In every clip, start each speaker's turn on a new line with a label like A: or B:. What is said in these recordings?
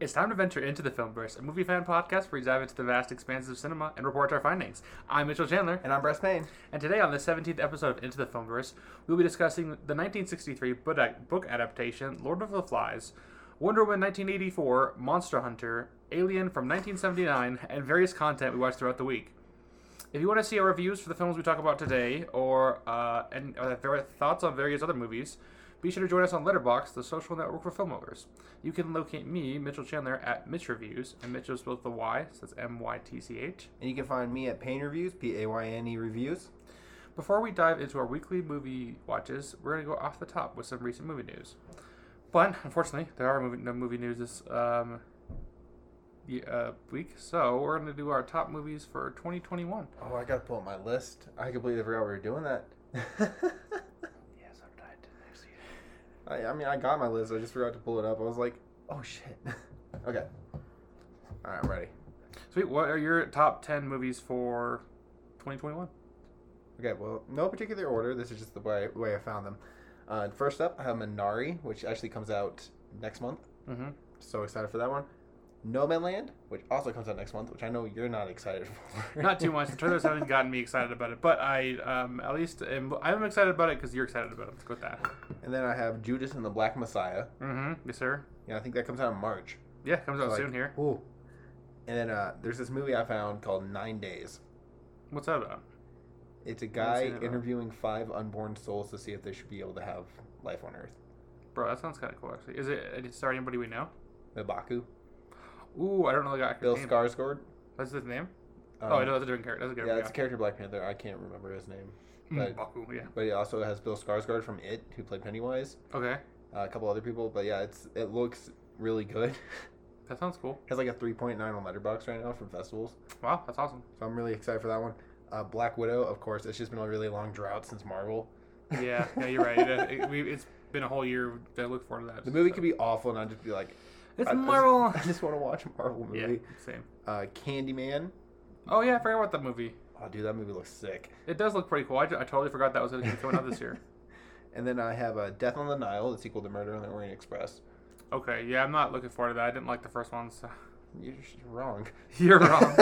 A: it's time to venture into the Filmverse, a movie fan podcast where we dive into the vast expanses of cinema and report our findings. I'm Mitchell Chandler,
B: And I'm Bress Payne.
A: and today on the 17th episode of Into the Filmverse, we'll be discussing the 1963 book book adaptation Lord of the Flies, Wonder Woman 1984, Monster Hunter, Alien from 1979, and various content we watched throughout the week. If you want to see our reviews for the films we talk about today, or uh, and or their thoughts on various other movies, be sure to join us on Letterbox, the social network for film lovers. You can locate me, Mitchell Chandler, at Mitch Reviews, and Mitch is spelled with the Y, so that's M Y T C H.
B: And you can find me at Payne Reviews, P A Y N E Reviews.
A: Before we dive into our weekly movie watches, we're going to go off the top with some recent movie news. But unfortunately, there are movie, no movie news this um, ye- uh, week, so we're going to do our top movies for 2021.
B: Oh, I gotta pull up my list. I completely forgot we were doing that.
A: Yes, I'm tied to next year.
B: I, I mean, I got my list. I just forgot to pull it up. I was like, oh shit. okay. All right, I'm ready.
A: Sweet. What are your top 10 movies for 2021?
B: Okay, well, no particular order. This is just the way, way I found them. Uh, first up, I have Minari, which actually comes out next month.
A: Mm-hmm.
B: So excited for that one. No Man Land, which also comes out next month, which I know you're not excited for.
A: Not too much. The trailers haven't gotten me excited about it, but I um, at least am, I'm excited about it because you're excited about it. Let's go with that.
B: And then I have Judas and the Black Messiah.
A: Mm-hmm. Yes, sir.
B: Yeah, I think that comes out in March.
A: Yeah, comes out
B: Like-
A: soon here.
B: Ooh. And then uh, there's this movie I found called Nine Days.
A: What's that about?
B: It's a
A: seen
B: guy
A: it, no.
B: interviewing five unborn souls to see if they should be able to have life on Earth.
A: Bro, that sounds kind of cool, actually. Is it, it starring anybody we know?
B: Nabaku.
A: Ooh, I don't know the guy.
B: Bill
A: name.
B: Skarsgård.
A: That's his name?
B: Um,
A: oh, I know that's a different character. That's a
B: Yeah,
A: different
B: it's a character in Black Panther. I can't remember his name.
A: guy.
B: but-
A: Baku, yeah.
B: But it also has Bill Skarsgård from It, who played Pennywise,
A: Okay,
B: uh, a couple other people. But yeah, it's it looks really good. it
A: that sounds cool.
B: has like a 3.9 on Letterbox right now from festivals.
A: Wow, that's awesome.
B: So I'm really excited for that one. Uh, Black Widow, of course, it's just been a really long drought since Marvel.
A: Yeah, yeah, you're right. It, it, we, it's been a whole year that I look forward to that.
B: The movie could be awful, and I'd just be like,
A: It's
B: I- I just-
A: Marvel!
B: I just, want to watch a Marvel
A: yeah,
B: movie.
A: same.
B: Uh, Candyman.
A: Oh, yeah, I forgot about that movie.
B: Oh, dude, that movie looks sick.
A: It does look pretty cool. I, ju- I totally forgot that was gonna be coming out this year.
B: And then I have uh, Death on the Nile, the sequel to Murder on the Orient Express.
A: Okay, yeah, I'm not looking forward to that. I didn't like the first one, so
B: You're just wrong.
A: you're wrong.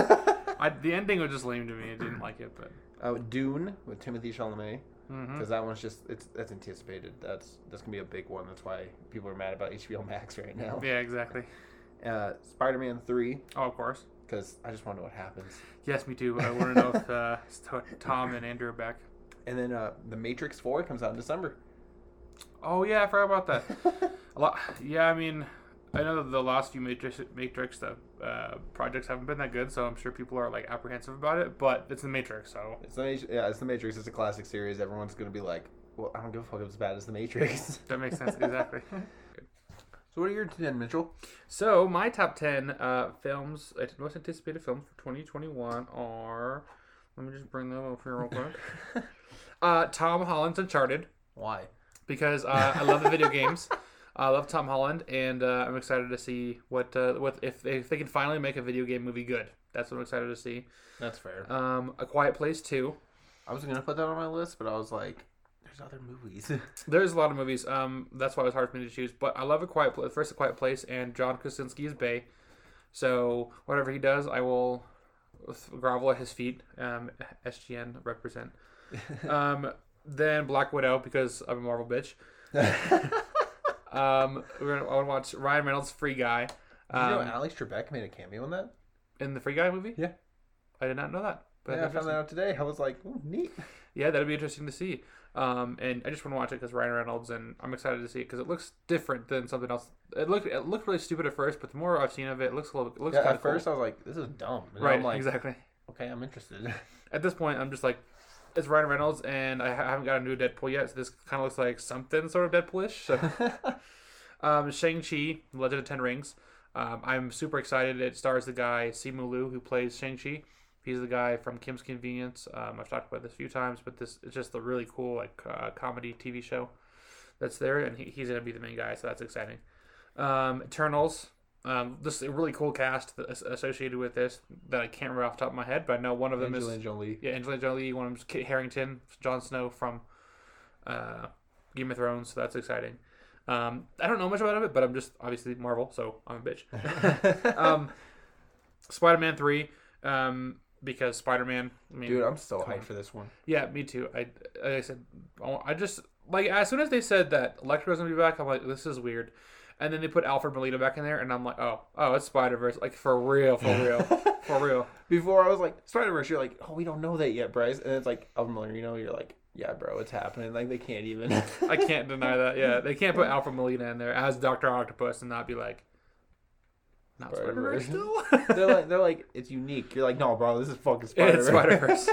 A: I, the ending was just lame to me. I didn't like it, but
B: uh, Dune with Timothy Chalamet,
A: hmm
B: because that one's just it's that's anticipated. That's that's gonna be a big one. That's why people are mad about HBO Max right now.
A: yeah, exactly.
B: Uh, Spider-Man three,
A: Oh, of course.
B: because I just want to know what happens.
A: Yes, me too. I want to know if uh, Sto- Tom and Andrew are back.
B: And then uh, The Matrix four comes out in December.
A: Oh yeah, I forgot about that. A lot. Yeah, I mean, I know the last few Matrix Matrix the, uh, projects haven't been that good, so I'm sure people are like apprehensive about it. But it's the Matrix, so
B: It's the Mat- yeah, it's the Matrix. It's a classic series. Everyone's gonna be like, well, I don't give a fuck if it's bad as the Matrix.
A: that makes sense exactly.
B: So what are your ten, Mitchell?
A: So my top ten uh, films, uh, most anticipated films for 2021 are. Let me just bring them up here real quick. uh, Tom Holland's Uncharted
B: Why?
A: because uh, I love the video games. I love Tom Holland, and uh, I'm excited to see what uh, what if they, if they can finally make a video game movie good. That's what I'm excited to see.
B: That's fair.
A: Um, a Quiet Place Two.
B: Uh, I was gonna put that on my list, but I was like, there's other movies.
A: There's a lot of movies. Um, that's why it was hard for me to choose. But I love a Quiet Place. First, a Quiet Place, and John Krasinski is Bay. So whatever he does, I will grovel at his feet. Um, SGN represent. um, then Black Widow because I'm a Marvel bitch. Um, we're gonna, I want to watch Ryan Reynolds Free Guy.
B: Did you know
A: Um,
B: Alex Trebek made a cameo in that?
A: in the Free Guy movie.
B: Yeah.
A: I did not know that. But
B: yeah, I found that out today. I was like, ooh, neat.
A: yeah, that'd be interesting to see. Um, and I just want to watch it because Ryan Reynolds, and I'm excited to see it because it looks different than something else. It looked it looked really stupid at first, but the more I've seen of it, it looks a little, it looks
B: Yeah,
A: kind
B: at
A: of cool.
B: first I was like, this is dumb. And
A: right?
B: I'm like,
A: exactly.
B: okay, I'm interested.
A: At this point, I'm just like, it's Ryan Reynolds, and I ha- haven't got a new Deadpool yet, so this kind of looks like something sort of Deadpoolish. So, um, Shang Chi, Legend of Ten Rings. Um, I'm super excited. It stars the guy Simu Liu who plays Shang Chi. He's the guy from Kim's Convenience. Um, I've talked about this a few times, but this is just a really cool like uh, comedy TV show that's there, and he, he's gonna be the main guy, so that's exciting. Um, Eternals. Um, this is a really cool cast that is associated with this that I can't remember off the top of my head, but I know one of them is
B: Angelina Jolie.
A: yeah, Angelina Jolie, one of them's Kit Harrington, Jon Snow from uh, Game of Thrones, so that's exciting. Um, I don't know much about it, but I'm just obviously Marvel, so I'm a bitch. um, Spider-Man three, um, because Spider-Man. I mean,
B: Dude, I'm so
A: Come
B: hyped
A: on.
B: for this one.
A: yeah, me too. I, like I said, I- I just like as soon as they said that Electro's gonna be back, I'm like, this is weird. And then they put Alfred Molina back in there, and I'm like, oh, oh, it's Spider Verse, like for real, for real, for real.
B: Before I was like Spider Verse, you're like, oh, we don't know that yet, Bryce, and it's like El Molino, you're like, yeah, bro, it's happening. Like they can't even.
A: I can't deny that. Yeah, they can't put Alfred Molina in there as Doctor Octopus and not be like, not Spider
B: Spider-Man.
A: Verse still.
B: they're like, they're like, it's unique. You're like, no, bro, this is fucking Spider
A: it's Spider Verse.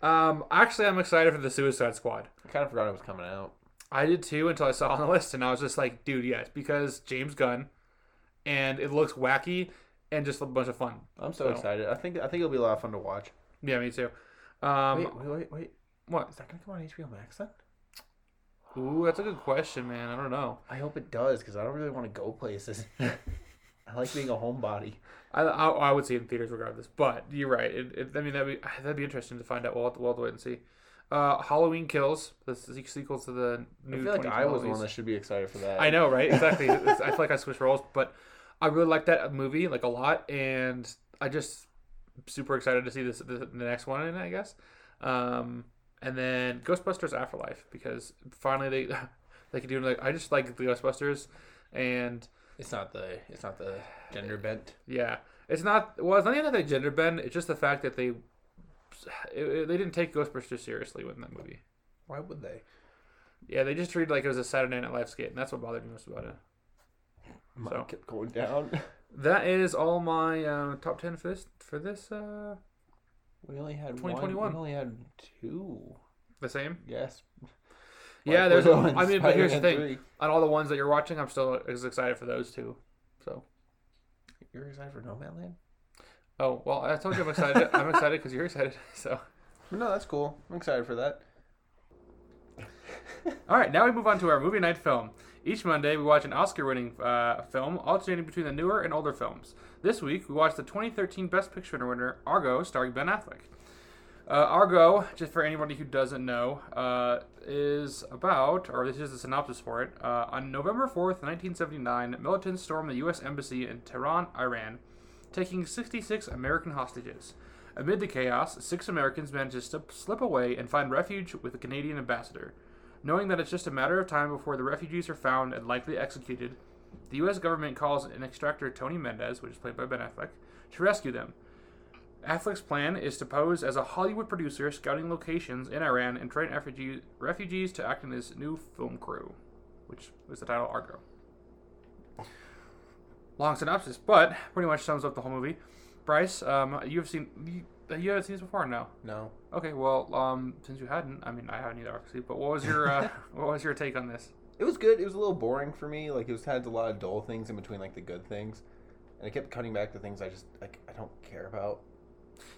A: um, actually, I'm excited for the Suicide Squad.
B: I kind of forgot it was coming out.
A: I did too until I saw it on the list, and I was just like, dude, yes, because James Gunn, and it looks wacky and just a bunch of fun.
B: I'm so
A: So-
B: excited. I think I think it'll be a lot of fun to watch.
A: Yeah, me too. Um,
B: wait, wait, wait, wait.
A: what?
B: Is that gonna come on HBO Max then?
A: Ooh, that's a good question, man. I don't know.
B: I hope it does because I don't really want to go places. I like being a homebody.
A: I, I, I would see it in theaters regardless, but you're right. It, it, I mean, that'd be that'd be interesting to find out. We'll have to, we'll have to wait and see. Uh, Halloween Kills, the se- sequel to the new.
B: I feel like I
A: 2012
B: was the
A: movies.
B: one that should be excited for that.
A: I know, right? Exactly. It's- I feel like I switched roles, but I really like that movie like a lot, and I just super excited to see this the, the next one in it, I guess. Um, and then Ghostbusters Afterlife because finally they they could do like I just like the Ghostbusters, and
B: It's not the it's not the gender bent.
A: yeah, it's not well, it's not even that they gender bend. It's just the fact that they it, it- they didn't take Ghostbusters seriously in that movie.
B: Why would they?
A: Yeah, they just treated it like it was a Saturday Night Live skit, and that's what bothered me most about it.
B: Mine
A: So-
B: kept going down.
A: That is all my uh, top ten for this for this uh,
B: We only had
A: 2021.
B: One, we only had two.
A: the same.
B: Yes.
A: Yeah,
B: Like,
A: there's.
B: we're
A: A,
B: going
A: I mean, but here's the thing:
B: Spider-Man
A: on all the ones that you're watching, I'm still as excited for those two. So,
B: three. You're excited for No Man Land?
A: oh well, I told you I'm excited. I'm excited because you're excited. So,
B: No, that's cool. I'm excited for that.
A: all right, now we move on to our movie night film. Each Monday, we watch an Oscar-winning uh, film, alternating between the newer and older films. This week, we watched the 2013 Best Picture winner Argo, starring Ben Affleck. Uh, Argo, just for anybody who doesn't know, uh, is about, or this is the synopsis for it. Uh, on November 4th, 1979, militants stormed the U.S. Embassy in Tehran, Iran, taking 66 American hostages. Amid the chaos, six Americans manage to slip- slip away and find refuge with the Canadian ambassador. Knowing that it's just a matter of time before the refugees are found and likely executed, the U.S. government calls an extractor Tony Mendez, which is played by Ben Affleck, to rescue them. Affleck's plan is to pose as a Hollywood producer scouting locations in Iran and train refugee, refugees to act in his new film crew, which was the title Argo. Long synopsis, but pretty much sums up the whole movie. Bryce, um, you've seen you, you haven't seen this before, no?
B: No.
A: Okay, well, um, since you hadn't, I mean, I haven't either, obviously. But what was your uh, what was your take on this?
B: It was good. It was a little boring for me. Like it was had a lot of dull things in between like the good things. And it kept cutting back to things I just like I don't care about.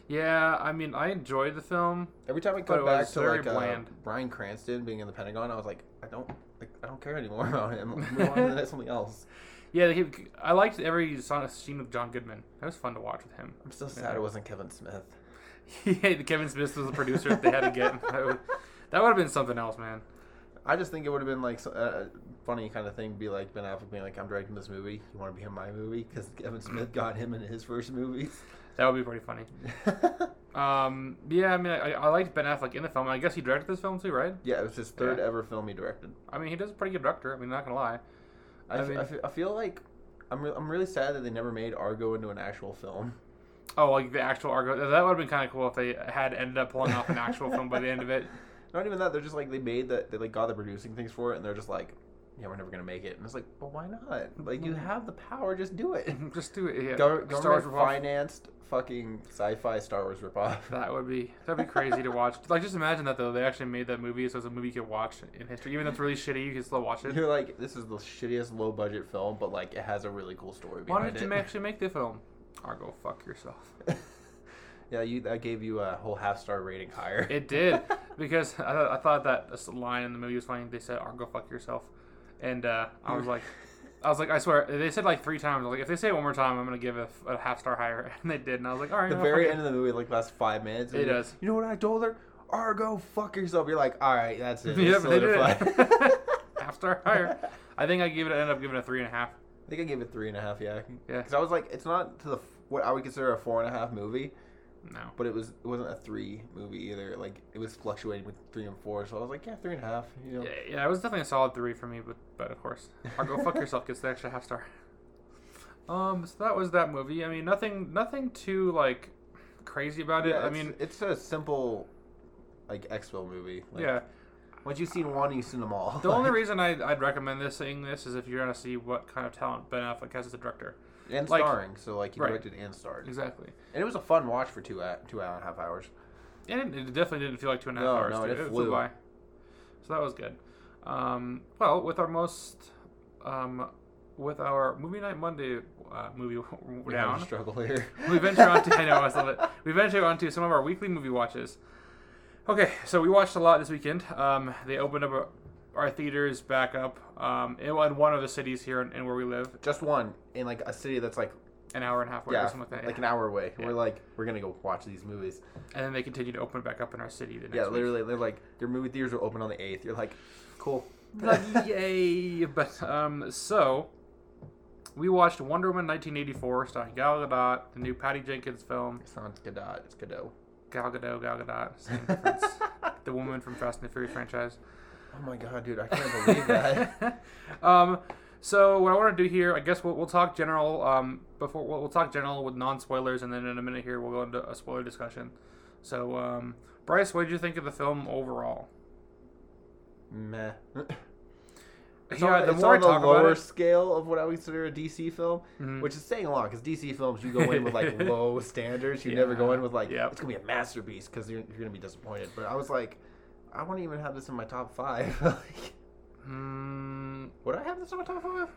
A: Yeah, I mean, I enjoyed the film.
B: Every time I
A: But it
B: cut back
A: was
B: to
A: very
B: like uh,
A: bland.
B: Brian Cranston being in the Pentagon, I was like, I don't like I don't care anymore about him. Move on to the next- something else.
A: Yeah, they keep, I liked every song- scene with John Goodman. That was fun to watch with him.
B: I'm still sad it wasn't Kevin Smith.
A: yeah, the Kevin Smith was the producer that they had to get. That would, that would have been something else, man.
B: I just think it would have been like so- a a funny kind of thing, to be like Ben Affleck being like, "I'm directing this movie. You want to be in my movie?" Because Kevin Smith got him in his first movies.
A: That would be pretty funny. Um, yeah, I mean, I, I liked Ben Affleck in the film. I guess he directed this film too, right?
B: yeah, it was his third
A: Yeah.
B: ever film he directed.
A: I mean, he does a pretty good director. I mean, not gonna lie.
B: I,
A: I
B: f- I
A: mean-
B: f- I feel like I'm re- I'm really sad that they never made Argo into an actual film.
A: Oh, like the actual Argo. That would have been kind of cool if they had ended up pulling off an actual film by the end of it.
B: Not even that. They're just like they made that they like got the producing things for it, and they're just like, "Yeah, we're never gonna make it." And it's like, "But why not? Like you have the power, just do it."
A: Just do it. Yeah.
B: Go-
A: Hmm. Star Wars
B: government
A: ripoff.
B: financed fucking sci-fi Star Wars ripoff.
A: That would be that'd be crazy to watch. Like, just imagine that though. They actually made that movie, so it's a movie you could watch in history. Even though it's really shitty, you can still watch it.
B: You're like, this is the shittiest low budget film, but like it has a really cool story
A: Why
B: behind
A: didn't you
B: it.
A: actually make the film? Argo, fuck yourself.
B: yeah, you that gave you a whole half star rating higher.
A: It did because I, thought- I thought that this line in the movie was funny. They said "Argo, fuck yourself," and uh, I was like, I was like, I swear they said like three times. I was like, if they say it one more time, I'm gonna give it a, a half star higher, and they did. And I was like, all right,
B: the
A: well,
B: very
A: fuck
B: end of the movie, like last five minutes.
A: It
B: you're-
A: does.
B: You know what I told her? Argo, fuck yourself. You're like, all right, that's it.
A: Yeah,
B: It's
A: but they did it.
B: solidified.
A: it. half star higher. I think I gave it. I ended up giving it a three and a half.
B: I think I gave it three and a half. Yeah.
A: Yeah.
B: Because I was like, it's not to the f- what I would consider a four and a half movie,
A: No.
B: but it was it wasn't a three movie either. Like it was fluctuating with three and four, so I was like, yeah, three and a half. You know.
A: Yeah, yeah, it was definitely a solid three for me, but but of course, or go fuck yourself gets the extra half star. Um, so that was that movie. I mean, nothing, nothing too like crazy about it.
B: Yeah,
A: I
B: it's-
A: mean,
B: it's a simple, like Expo movie. Like,
A: yeah.
B: Once you've seen one, you've seen them all.
A: The only reason I, I'd recommend this seeing this is if you're gonna see what kind of talent Ben Affleck has as a director.
B: and
A: like-
B: starring, so like he
A: Right.
B: directed and starred,
A: Exactly.
B: and it was a fun watch for two hou- two and a half hours.
A: And it, it definitely didn't feel like two and a half
B: No,
A: hours.
B: no,
A: dude.
B: it flew.
A: by. So that was good. Um, well, with our most, um, with our movie night Monday uh, movie
B: We're having
A: down.
B: a struggle here.
A: we venture onto I know I love it. We venture onto some of our weekly movie watches. Okay, so we watched a lot this weekend. Um, they opened up uh, our theaters back up um, in, in one of the cities here in, in where we live,
B: Just one in like a city that's like
A: an hour and a half away or
B: yeah,
A: something like that.
B: like an hour away.
A: Yeah.
B: We're like we're gonna go watch these movies.
A: and then they continued to open back up in our city the next
B: yeah,
A: week.
B: literally, they're like their movie theaters are open on the eighth. You're like, cool.
A: Like, yay! But um, so we watched Wonder Woman 1984, starring Gal Gadot, the new Patty Jenkins film.
B: It's not Godot. It's Godot.
A: Gal Gadot, Gal Gadot, same difference. the woman from Fast and the Furious franchise.
B: Oh my god, dude! I can't believe that.
A: um, so what I want to do here, I guess we'll, we'll talk general. Um, before we'll, we'll talk general with non spoilers, and then in a minute here we'll go into a spoiler discussion. So, um, Bryce, what did you think of the film overall?
B: Meh. It's
A: yeah,
B: on,
A: the
B: it's
A: more I
B: on the
A: talk about
B: lower
A: it,
B: scale of what I would consider a DC film,
A: Mhm.
B: which is saying a lot because DC films you go in with like low standards. You never go
A: Yeah.
B: in with like
A: Yep.
B: it's gonna be a masterpiece because you're, you're gonna be disappointed. But I was like, I wouldn't even have this in my top five. like,
A: Hmm,
B: would I have this in my top five?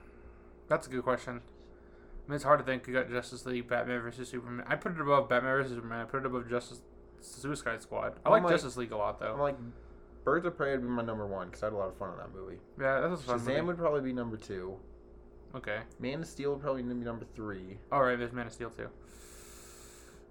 A: that's a good question. I mean, it's hard to think. You got Justice League, Batman versus Superman. I put it above Batman versus Superman. I put it above Justice Suicide Squad. I
B: Oh
A: like
B: my-
A: Justice League a lot
B: I'm
A: though.
B: like, Birds of Prey would be my number one because I had a lot of fun in that movie.
A: Yeah, that was a fun.
B: Shazam
A: movie.
B: would probably be number two.
A: Okay.
B: Man of Steel would probably be number three.
A: All right. There's Man of Steel too.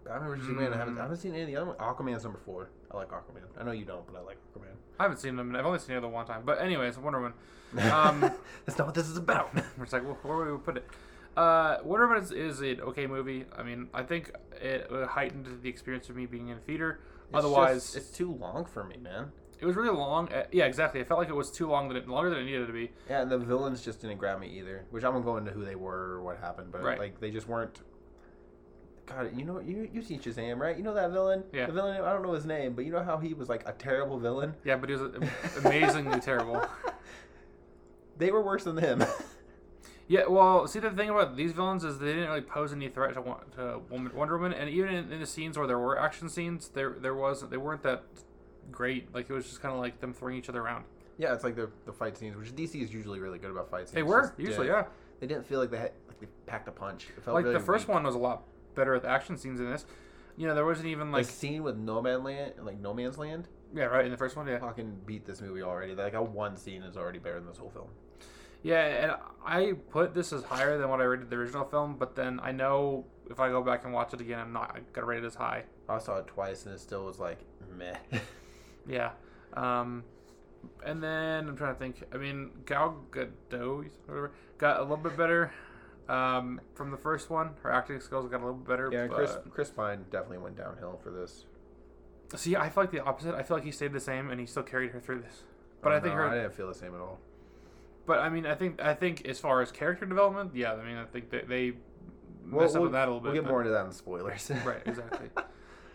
B: Batman vs Superman. I haven't,
A: Mm.
B: I haven't seen any of the other one. Aquaman's number four. I like Aquaman. I know you don't, but I like Aquaman.
A: I haven't seen them. I've only seen the other one time. But anyways, Wonder Woman. Um,
B: That's not what this is about.
A: it's like, well, where would we put it? Uh, Wonder Woman is, is an okay movie. I mean, I think it heightened the experience of me being in theater. Otherwise,
B: Otherwise, it's too long for me, man.
A: it was really long. Uh, yeah, exactly. It felt like it was too long, than it, longer than it needed to be.
B: Yeah, and the villains just didn't grab me either. Which I'm gonna go into who they were or what happened, but
A: Right.
B: like they just weren't. God, you know you you see Shazam, right? You know that villain.
A: Yeah.
B: The villain. I don't know his name, but you know how he was like a terrible villain.
A: Yeah, but it was amazingly terrible.
B: They were worse than him.
A: Yeah, well, see the thing about these villains is they didn't really pose any threat to, Wo- to Woman- Wonder Woman, and even in, in the scenes where there were action scenes, there there wasn't they weren't that great. Like it was just kind of like them throwing each other around.
B: yeah, it's like the the fight scenes, which DC is usually really good about fight scenes.
A: They were
B: Just
A: usually,
B: didn't-
A: yeah.
B: They didn't feel like they had like they packed a punch. It felt
A: like
B: really
A: the first
B: weak.
A: one was a lot better at the action scenes than this. You know, there wasn't even like
B: Like scene with No Man Land, like No Man's Land,
A: yeah, right in the first one, yeah,
B: fucking beat this movie already. Like a one scene is already better than this whole film.
A: yeah. And I put this as higher than what I rated the original film, but then I know if I go back and watch it again, I'm not gonna rate it as high.
B: I saw it twice and it still was like meh.
A: Yeah. Um, and then I'm trying to think. I mean, Gal Gadot, whatever, got a little bit better um, from the first one. Her acting skills got a little better.
B: yeah,
A: but...
B: Chris Chris Pine definitely went downhill for this.
A: See, I feel like the opposite. I feel like he stayed the same, and he still carried her through this. But
B: Oh,
A: I think
B: no,
A: her.
B: I didn't feel the same at all.
A: But I mean, I think I think as far as character development, yeah. I mean, I think that they
B: We'll,
A: messed up
B: we'll-
A: with that a little bit.
B: we'll get
A: but-
B: more into that in spoilers.
A: Right, exactly.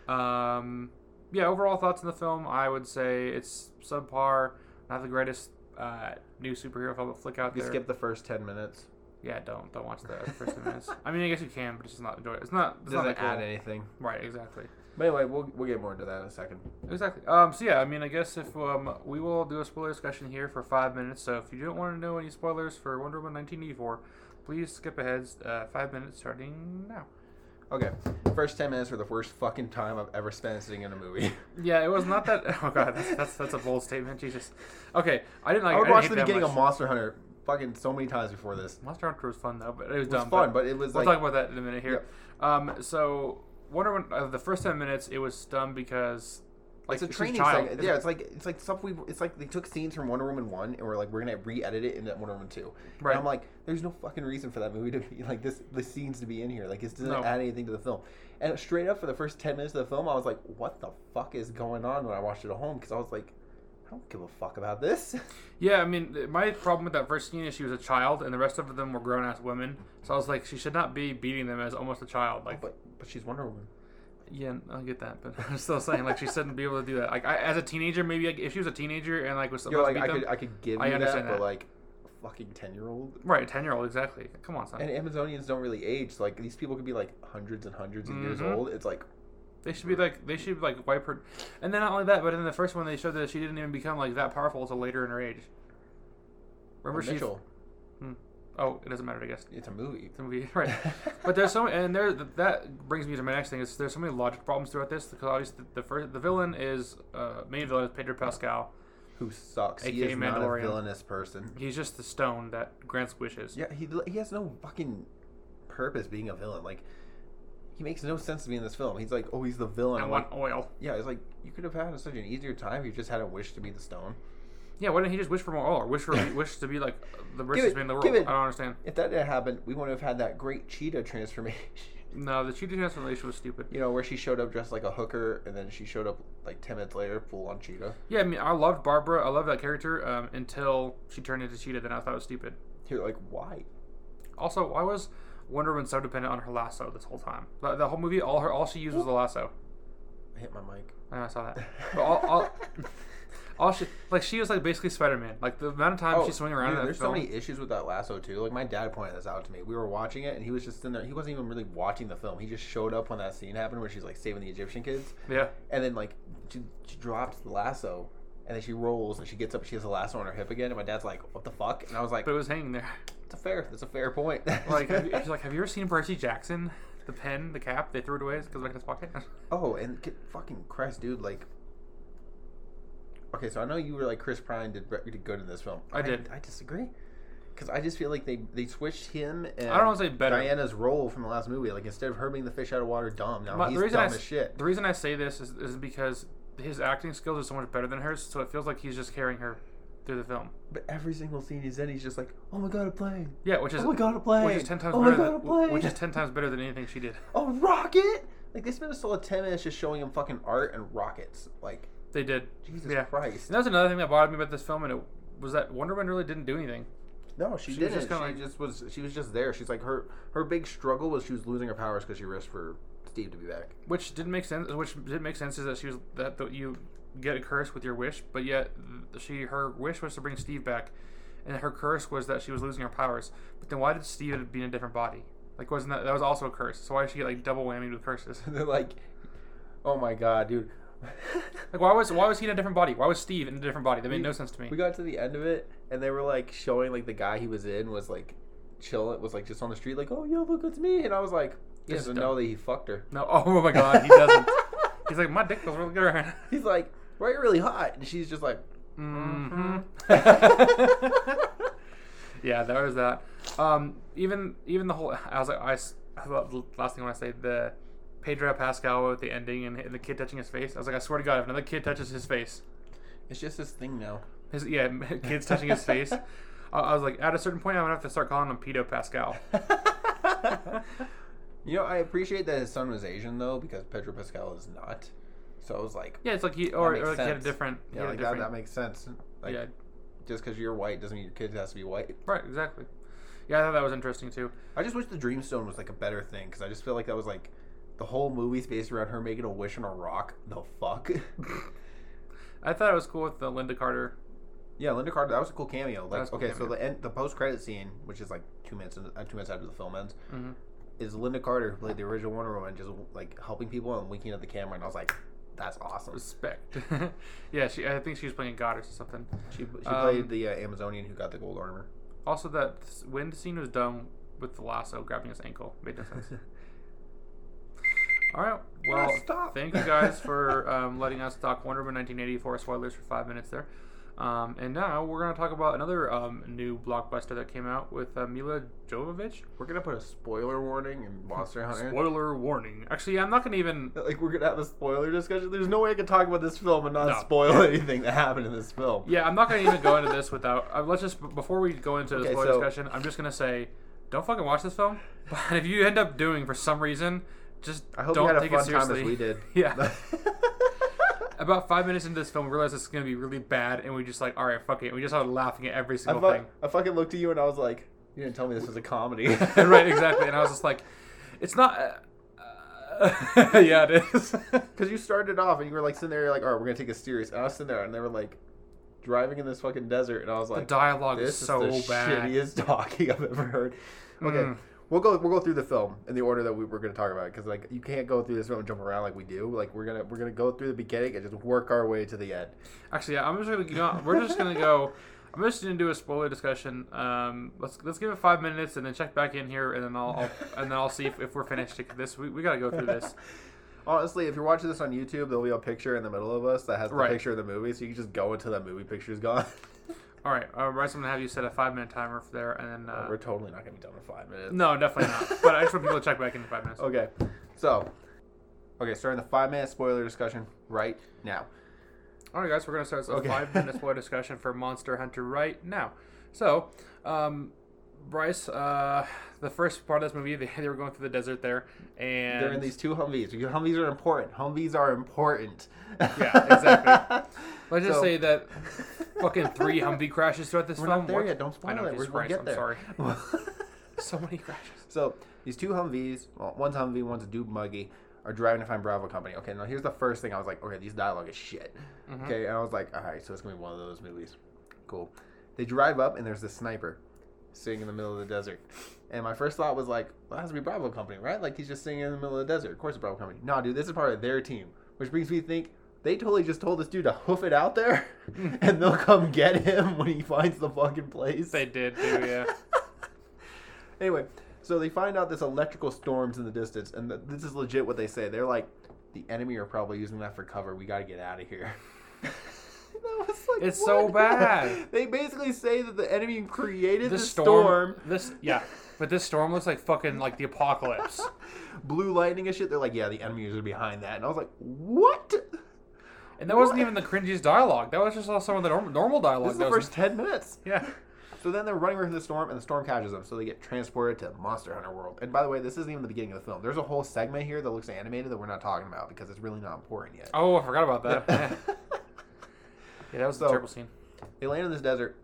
A: um, yeah. Overall thoughts on the film, I would say it's subpar. Not the greatest uh, new superhero film flick out
B: you
A: there.
B: skip the first ten minutes.
A: Yeah, don't don't watch the first ten minutes. I mean, I guess you can, but it's just not enjoy. It's not. It's
B: Doesn't
A: not that
B: add
A: cool.
B: anything.
A: Right, exactly,
B: But anyway, we'll we'll get more into that in a second.
A: exactly. Um, so yeah, I mean, I guess if um, we will do a spoiler discussion here for five minutes. So if you don't want to know any spoilers for Wonder Woman 1984, please skip ahead uh, five minutes starting now.
B: Okay, first ten minutes were the worst fucking time I've ever spent sitting in a movie.
A: Yeah, it was not that. Oh god, that's that's, that's a bold statement. Jesus. Okay, I didn't like.
B: I would
A: didn't
B: watch
A: hate
B: the
A: that
B: beginning
A: much.
B: of Monster Hunter fucking so many times before this.
A: Monster Hunter was fun though, but it was,
B: It was
A: dumb.
B: fun, but it was
A: We'll
B: like
A: talk about that in a minute here. Um, so Wonder Woman, uh, the first ten minutes, it was dumb because Like
B: it's a
A: his
B: training
A: child.
B: segment. Yeah, it's like it's like stuff we. It's like they took scenes from Wonder Woman one and we're like we're gonna re-edit it into Wonder Woman two.
A: Right.
B: And I'm like, there's no fucking reason for that movie to be like this. The scenes to be in here. Like this doesn't
A: No.
B: add anything to the film. And straight up for the first ten minutes of the film, I was like, what the fuck is going on? When I watched it at home, because I was like, I don't give a fuck about this.
A: Yeah, I mean, th- my problem with that first scene is she was a child, and the rest of them were grown ass women. So I was like, she should not be beating them as almost a child. Like,
B: but but she's Wonder Woman.
A: yeah, I get that, but I'm still saying like she shouldn't be able to do that. Like, I, as a teenager, maybe like, if she was a teenager and like was
B: You're
A: supposed
B: like
A: to
B: I
A: beat
B: could
A: them,
B: I could give
A: I
B: you that,
A: understand
B: but
A: that.
B: like a fucking ten year old.
A: right? Ten year old, exactly. Come on, son.
B: And Amazonians don't really age. So like these people could be like hundreds and hundreds of years
A: Mhm.
B: old. It's like
A: They should be like they should like wipe her. And then not only that, but in the first one, they showed that she didn't even become like that powerful until later in her age. Remember she?
B: Mitchell.
A: Oh, it doesn't matter, I guess.
B: It's a movie.
A: It's a movie, right? But there's so and there that brings me to my next thing is there's so many logic problems throughout this because obviously the, the first the villain is uh, main villain is Pedro Pascal.
B: who sucks. He
A: AKA
B: is not a
A: Mandalorian.
B: villainous person.
A: He's just the stone that grants wishes.
B: Yeah, he he has no fucking purpose being a villain. Like he makes no sense to me in this film. He's like, oh, he's the villain.
A: I
B: I'm
A: want
B: like,
A: oil.
B: yeah, it's like you could have had such an easier time if you just had a wish to be the stone.
A: Yeah, why didn't he just wish for more oil or wish for wish to be like the
B: Give
A: richest
B: it-
A: man in the world?
B: give it-
A: I don't understand.
B: If that didn't happen, we wouldn't have had that great cheetah transformation.
A: No, the cheetah transformation was stupid.
B: You know, where she showed up dressed like a hooker, and then she showed up like ten minutes later, full on cheetah.
A: Yeah, I mean, I loved Barbara. I loved that character um, until she turned into Cheetah. Then I thought it was stupid.
B: You're like, why?
A: Also, why was Wonder Woman so dependent on her lasso this whole time? The, the whole movie, all her, all she used was the lasso.
B: I hit my mic.
A: I know, I saw that. But all, all, all she, like she was like basically Spider Man. Like the amount of time she swung around
B: Oh,
A: in
B: dude,
A: that
B: there's
A: film.
B: so many issues with that lasso too. Like my dad pointed this out to me. We were watching it, and he was just in there. He wasn't even really watching the film. He just showed up when that scene happened, where she's like saving the Egyptian kids,
A: yeah,
B: and then like she, she drops the lasso, and then she rolls, and she gets up, and she has the lasso on her hip again. And my dad's like, "What the fuck?" And I was like,
A: but it was hanging there.
B: "It's a fair. That's a fair point."
A: Like have you, she's like, have you ever seen Percy Jackson? The pen, the cap, they threw it away. It goes back in his pocket.
B: oh, and get, fucking Christ, dude, like. Okay, so I know you were like Chris Pine did, did good in this film.
A: I did.
B: I, disagree. Because I just feel like they, they switched him and
A: I don't want to say better.
B: Diana's role from the last movie. Like instead of her being the fish out of water dumb, now
A: My-
B: he's
A: the reason
B: dumb
A: I
B: as
A: s-
B: shit.
A: The reason I say this is, is because his acting skills are so much better than hers, so it feels like he's just carrying her through the film.
B: But every single scene he's in, he's just like, "Oh my god, a plane!
A: Yeah, which is
B: Oh my god, a plane!
A: which is ten times
B: oh
A: better
B: my god,
A: than
B: a plane!
A: which is ten times better than anything she did.
B: oh rocket! Like they spent a solid ten minutes just showing him fucking art and rockets. Like
A: They did.
B: Jesus
A: Yeah.
B: Christ!
A: And that's another thing that bothered me about this film, and it was that Wonder Woman really didn't do anything.
B: No, she,
A: She was
B: didn't.
A: just kinda
B: she
A: like-
B: just was. She was just there. She's like her. Her big struggle was she was losing her powers because she risked for Steve to be back.
A: Which didn't make sense. Which did make sense is that she was that th- you get a curse with your wish, but yet th- she her wish was to bring Steve back, and her curse was that she was losing her powers. But then why did Steve be in a different body? Like wasn't that that was also a curse? So why did she get like double whammy with curses?
B: They're like, "Oh my god, dude."
A: Like why was why was he in a different body? Why was Steve in a different body? That made no sense to me.
B: We got to the end of it, and they were like showing like the guy he was in was like chill. It was like just on the street, like, "Oh, yo, look, it's me," and I was like, "He
A: This is
B: doesn't
A: dumb.
B: know that he fucked her."
A: No. Oh my God, he doesn't. He's like my dick feels really good.
B: He's like, "Why are you really hot?" And she's just like,
A: Mm-hmm.
B: "That
A: Yeah, there was that. Um, even even the whole I was like I s- I love the last thing I want to say the Pedro Pascal with the ending and, and the kid touching his face. I was like I swear to God, if another kid touches his face,
B: it's just this thing now."
A: his yeah, kids touching his face. I, I was like at a certain point I'm gonna have to start calling him Pedo Pascal.
B: you know, I appreciate that his son was Asian though, because Pedro Pascal is not. So I was like,
A: Yeah, it's like he or,
B: makes
A: or like he had a
B: sense.
A: different he
B: "Yeah,
A: had a
B: like that,
A: different-
B: that makes sense." Like,
A: yeah,
B: just because you're white doesn't mean your kid has to be white.
A: right, exactly. Yeah, I thought that was interesting too.
B: I just wish the Dreamstone was like a better thing because I just feel like that was like the whole movie's based around her making a wish on a rock. The fuck.
A: I thought it was cool with the Linda Carter.
B: yeah, Linda Carter. That was a cool cameo.
A: That was
B: Like,
A: a cool
B: okay, so
A: cameo.
B: the end, the post credit scene, which is like two minutes, in, uh, two minutes after the film ends,
A: Mhm.
B: is Linda Carter who played the original Wonder Woman, just like helping people and winking at the camera, and I was like, that's awesome.
A: Respect. yeah, she. I think she was playing a goddess or something.
B: She, she
A: Um,
B: played the uh, Amazonian who got the gold armor.
A: Also, that s- wind scene was dumb with the lasso grabbing his ankle. Made no sense. All right. Well,
B: Ah, stop.
A: thank you guys for um, letting us talk Wonder Woman 1984 spoilers for five minutes there. Um, and now we're going to talk about another um, new blockbuster that came out with uh, Mila Jovovich.
B: We're gonna put a spoiler warning in Monster Hunter.
A: Spoiler warning. Actually, I'm not going to even.
B: like we're gonna have a spoiler discussion. There's no way I can talk about this film and not
A: No.
B: spoil anything that happened in this film.
A: Yeah, I'm not going to even go into this without. Uh, let's just before we go into the
B: Okay,
A: spoiler
B: so-
A: discussion, I'm just going to say, don't fucking watch this film. But if you end up doing for some reason, just
B: I hope
A: don't
B: you had a
A: take
B: fun
A: it seriously.
B: time as we did.
A: Yeah. About five minutes into this film, we realized it's going to be really bad, and we just like, all right, fuck it. We just started laughing at every
B: I,
A: single
B: fu-
A: thing.
B: I fucking looked at you and I was like, you didn't tell me this was a comedy.
A: right, exactly. And I was just like, it's not. Uh, uh, yeah, it is.
B: Because you started off and you were like sitting there, you're like, all right, we're gonna take it serious. And I was sitting there and they were like driving in this fucking desert, and I was
A: the
B: like,
A: dialogue is
B: this
A: so
B: is the
A: bad.
B: shittiest talking I've ever heard. Okay,
A: Mm.
B: we'll go we'll go through the film in the order that we were gonna talk about because like you can't go through this film and jump around like we do. Like we're gonna we're gonna go through the beginning and just work our way to the end.
A: Actually, yeah, I'm just gonna. You know, we're just gonna go. I'm just gonna do a spoiler discussion. Um, let's let's give it five minutes and then check back in here, and then I'll, I'll and then I'll see if, if we're finished. This we, we gotta go through this.
B: Honestly, if you're watching this on YouTube, there'll be a picture in the middle of us that has the
A: Right.
B: picture of the movie, so you can just go until that movie picture's gone.
A: All right, uh, Bryce, I'm gonna have you set a five minute timer for there, and then uh,
B: Oh, we're totally not gonna be done in five minutes.
A: no, definitely not. But I just want people to check back in five minutes.
B: Okay, so okay, starting the five minute spoiler discussion right now.
A: All right, guys, we're gonna start this
B: Okay.
A: five minute spoiler discussion for Monster Hunter right now. So, um, Bryce, uh, the first part of this movie, they, they were going through the desert there, and
B: They're in these two Humvees. Because Humvees are important. Humvees are important.
A: Yeah, exactly. Let's just
B: So-
A: say that fucking three Humvee crashes throughout this
B: We're
A: film.
B: not there
A: What-
B: yet. Don't spoil
A: I know,
B: it.
A: Jesus
B: We're gonna
A: Christ,
B: get
A: I'm
B: there.
A: sorry. So many crashes.
B: so these two Humvees, well, one's a Humvee, one's a dupe Muggy, are driving to find Bravo Company. Okay, now here's the first thing I was like, okay, these dialogue is shit. Okay, and I was like, all right, so it's gonna be one of those movies. Cool. They drive up and there's this sniper sitting in the middle of the desert. And my first thought was like, well, it has to be Bravo Company, right? Like he's just sitting in the middle of the desert. Of course, it's Bravo Company. No, dude, this is part of their team, which brings me to think they totally just told this dude to hoof it out there, and they'll come get him when he finds the fucking place.
A: They did, do yeah.
B: Anyway, so they find out this electrical storms in the distance, and th- this is legit what they say. They're like, the enemy are probably using that for cover. We got to get out of here. That was like,
A: It's so bad.
B: they basically say that the enemy created the
A: This
B: storm,
A: storm, this yeah, but this storm looks like fucking like the apocalypse.
B: blue lightning and shit. They're like, yeah, the enemies are behind that. And I was like, what?
A: And that wasn't even the cringiest dialogue. That was just all some of the norm- normal dialogue.
B: This is the
A: that was-
B: first 10 minutes.
A: yeah.
B: So then they're running away from the storm, and the storm catches them. So they get transported to Monster Hunter World. And by the way, this isn't even the beginning of the film. There's a whole segment here that looks animated that we're not talking about because it's really not important yet.
A: Oh, I forgot about that. Yeah, yeah that was
B: So-
A: a terrible scene.
B: they land in this desert,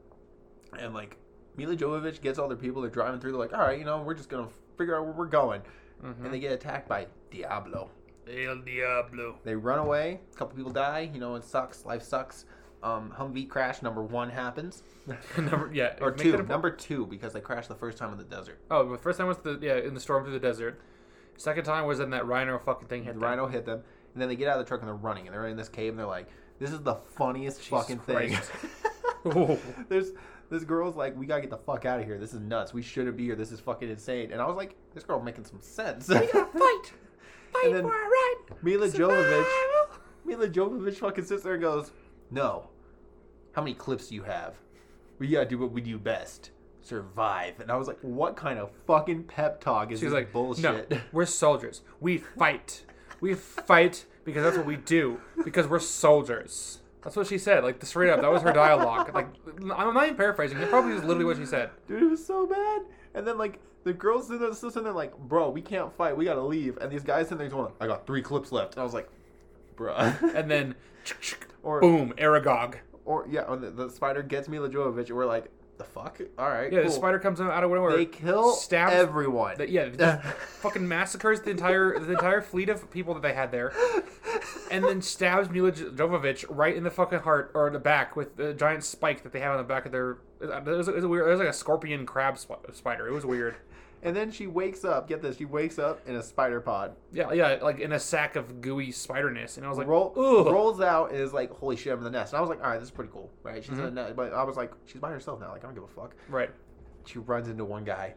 B: and like Mila Jovovich gets all their people. They're driving through. They're like, all right, you know, we're just gonna figure out where we're going,
A: Mm-hmm.
B: and they get attacked by Diablo.
A: El Diablo.
B: They run away. A couple people die. You know, it sucks. Life sucks. Um, Humvee crash number one happens,
A: number yeah.
B: or
A: make
B: two.
A: that a-
B: number two because they crashed the first time in the desert.
A: Oh, the first time was the yeah in the storm through the desert. Second time was in that rhino fucking thing hit.
B: The
A: them.
B: rhino hit them, and then they get out of the truck and they're running, and they're in this cave, and they're like, "This is the funniest fucking thing."
A: Christ. Oh.
B: There's this girl's like, "We gotta get the fuck out of here. This is nuts. We shouldn't be here. This is fucking insane." And I was like, "This girl making some sense."
A: Fight. Fight
B: then-
A: for a right.
B: Mila Jovovich,
A: Survival.
B: Mila Jovovich fucking sits there and goes, "No, how many clips do you have? We gotta do what we do best." Survive, and I was like, "What kind of fucking pep talk is
A: She's
B: this
A: like
B: bullshit?"
A: No, we're soldiers. We fight. We fight because that's what we do. Because we're soldiers. That's what she said. Like straight up, that was her dialogue. Like I'm not even paraphrasing. That probably is literally what she said.
B: Dude, it was so bad. And then like the girls in there, sitting there like, bro, we can't fight, we gotta leave. And these guys in there going, I got three clips left. And I was like, bruh.
A: And then,
B: Or-
A: boom, Aragog.
B: or yeah, or the, the spider gets Mila Jovovich. And we're like, the fuck? All right.
A: Yeah, the
B: cool."
A: spider comes out of nowhere.
B: They kill
A: stabs e-
B: everyone.
A: That yeah, just fucking massacres the entire the entire fleet of people that they had there, and then stabs Mila Jo- Jovovich right in the fucking heart or the back with the giant spike that they have on the back of their. It was, it was weird. It was like a scorpion crab sp- spider. It was weird.
B: and then she wakes up. Get this, she wakes up in a spider pod.
A: Yeah, yeah, like in a sack of gooey spiderness, and I was like,
B: Roll,
A: Ugh.
B: rolls out and is like, holy shit, I'm in the nest. And I was like, all right, this is pretty cool, right?
A: Mm-hmm.
B: She's in the nest, but I was like, she's by herself now. Like, I don't give a fuck.
A: right.
B: She runs into one guy.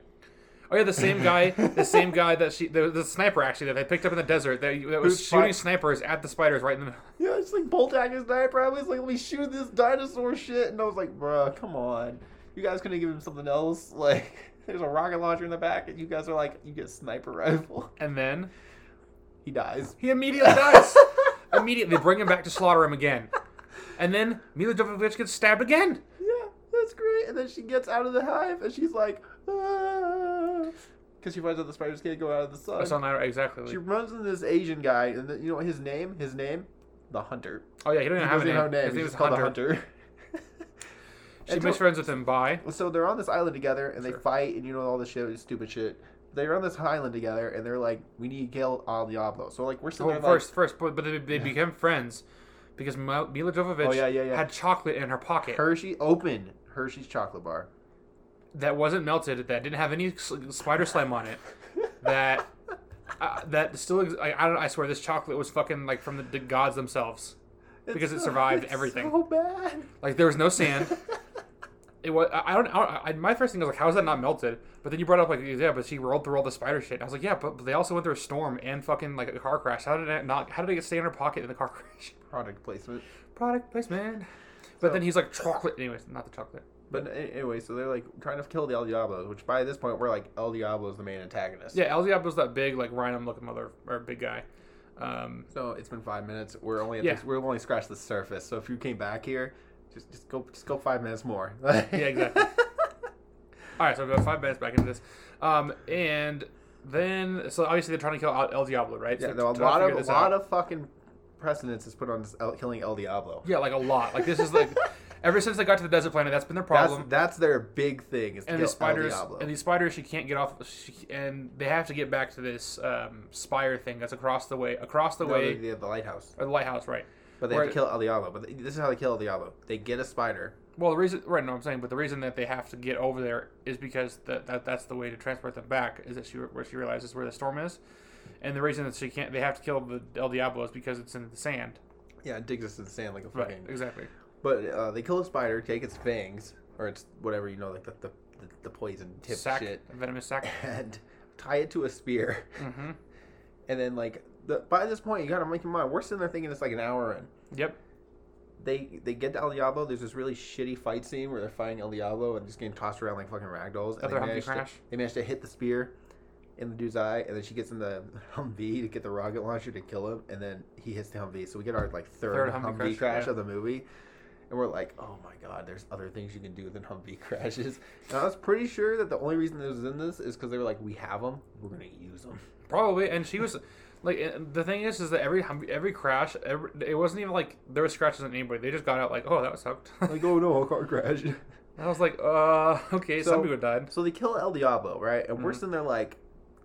A: Oh yeah, the same guy, the same guy that she, the, the sniper actually that they picked up in the desert that, that was
B: Who's fi-
A: shooting snipers at the spiders right in the.
B: Yeah, it's like bolt action sniper. I was like, let me shoot this dinosaur shit, and I was like, bruh, come on, you guys couldn't give him something else? Like, there's a rocket launcher in the back, and you guys are like, you get a sniper rifle.
A: And then
B: He dies.
A: he immediately dies. immediately, they bring him back to slaughter him again. And then Mila Jovovich gets stabbed again.
B: Yeah, that's great. And then she gets out of the hive, and she's like, ah, because she finds out the spiders can't go out of the sun.
A: That's on that exactly.
B: She runs into this Asian guy, and then, you know what his name? His name, the Hunter.
A: oh yeah, he didn't
B: He
A: have a
B: doesn't
A: name.
B: have a name.
A: His
B: He's
A: name was
B: just called
A: Hunter.
B: the Hunter.
A: She
B: And
A: makes
B: so-
A: friends with him by.
B: So they're on this island together and they
A: Sure.
B: fight and you know all this shit, stupid shit. They're on this island together and they're like, we need to kill El Diablo. So like we're sitting
A: Oh,
B: there
A: first, first, but, but they, they became friends because Mil- Mila Jovovich
B: Oh, yeah, yeah, yeah.
A: had chocolate in her pocket
B: like Hershey open Hershey's chocolate bar.
A: that wasn't melted, that didn't have any s- spider slime on it, that uh, that still ex- I, I don't I swear this chocolate was fucking like from the, the gods themselves because it
B: so-
A: survived
B: it's
A: everything.
B: So bad.
A: Like there was no sand. It was I I don't, I don't I, my first thing was like how is that not melted? But then you brought up like yeah, but she rolled through all the spider shit. I was like yeah, but, but they also went through a storm and fucking like a car crash. How did it not? How did it stay in her pocket in the car crash?
B: Product placement.
A: Product placement. But
B: So-
A: then he's like chocolate. Anyways, not the chocolate.
B: But a- anyway, so they're like trying to kill the El Diablo, which by this point we're like El Diablo is the main antagonist.
A: Yeah, El Diablo's that big like rhino looking mother or big guy. Um,
B: So it's been five minutes. We're only at
A: Yeah.
B: this, we've only scratched the surface. So if you came back here, just just go just go five minutes more.
A: Yeah, exactly. All right, so about five minutes back into this, um, and then so obviously they're trying to kill El El Diablo, right?
B: Yeah,
A: so
B: though a
A: to- to
B: lot of
A: figure
B: a
A: this out-
B: lot of fucking precedence is put on this El, killing El Diablo.
A: yeah, like a lot. Like this is like ever since they got to the desert planet, that's been their
B: That's
A: problem.
B: that's their big thing is to
A: and
B: kill
A: these spiders,
B: El Diablo.
A: and these spiders, she can't get off. She, and they have to get back to this um, spire thing that's across the way, across the
B: No,
A: way,
B: they- they have the lighthouse,
A: or the lighthouse, right?
B: but they
A: Where-
B: have to kill El Diablo. But th- this is how they kill El Diablo. They get a spider.
A: Well, the reason, right? No, I'm saying, but the reason that they have to get over there is because that, that that's the way to transport them back. Is that she where she realizes where the storm is, and the reason that she can't, they have to kill the El Diablo is because it's in the sand.
B: Yeah, it digs us in the sand like a
A: Right.
B: fucking.
A: Exactly.
B: But uh, they kill a spider, take its fangs or its whatever you know, like the the, the, the poison tip
A: sack,
B: shit,
A: venomous sack.
B: and tie it to a spear.
A: hmm
B: And then like the, by this point, you gotta make your mind. We're sitting there thinking it's like an hour in.
A: Yep.
B: they they get to El Diablo. There's this really shitty fight scene where they're fighting El Diablo and just getting tossed around like fucking ragdolls. And
A: Another
B: they
A: Humvee
B: manage, to,
A: crash.
B: they manage to hit the spear in the dude's eye, and then she gets in the Humvee to get the rocket launcher to kill him, and then he hits the Humvee. So we get our like third,
A: Third Humvee
B: Humvee,
A: crash,
B: crash,
A: yeah.
B: of the movie. And we're like, oh my god, there's other things you can do than Humvee crashes. And I was pretty sure that the only reason this was in this is because they were like, we have them, we're gonna use them.
A: Probably. And she was like, and the thing is, is that every hum- every crash, every, it wasn't even like there were scratches on anybody. They just got out like, oh, that was sucked.
B: Like, oh no, a car crashed.
A: I was like, uh, okay,
B: So-
A: some people died.
B: so they kill El Diablo, right? And we're sitting there like,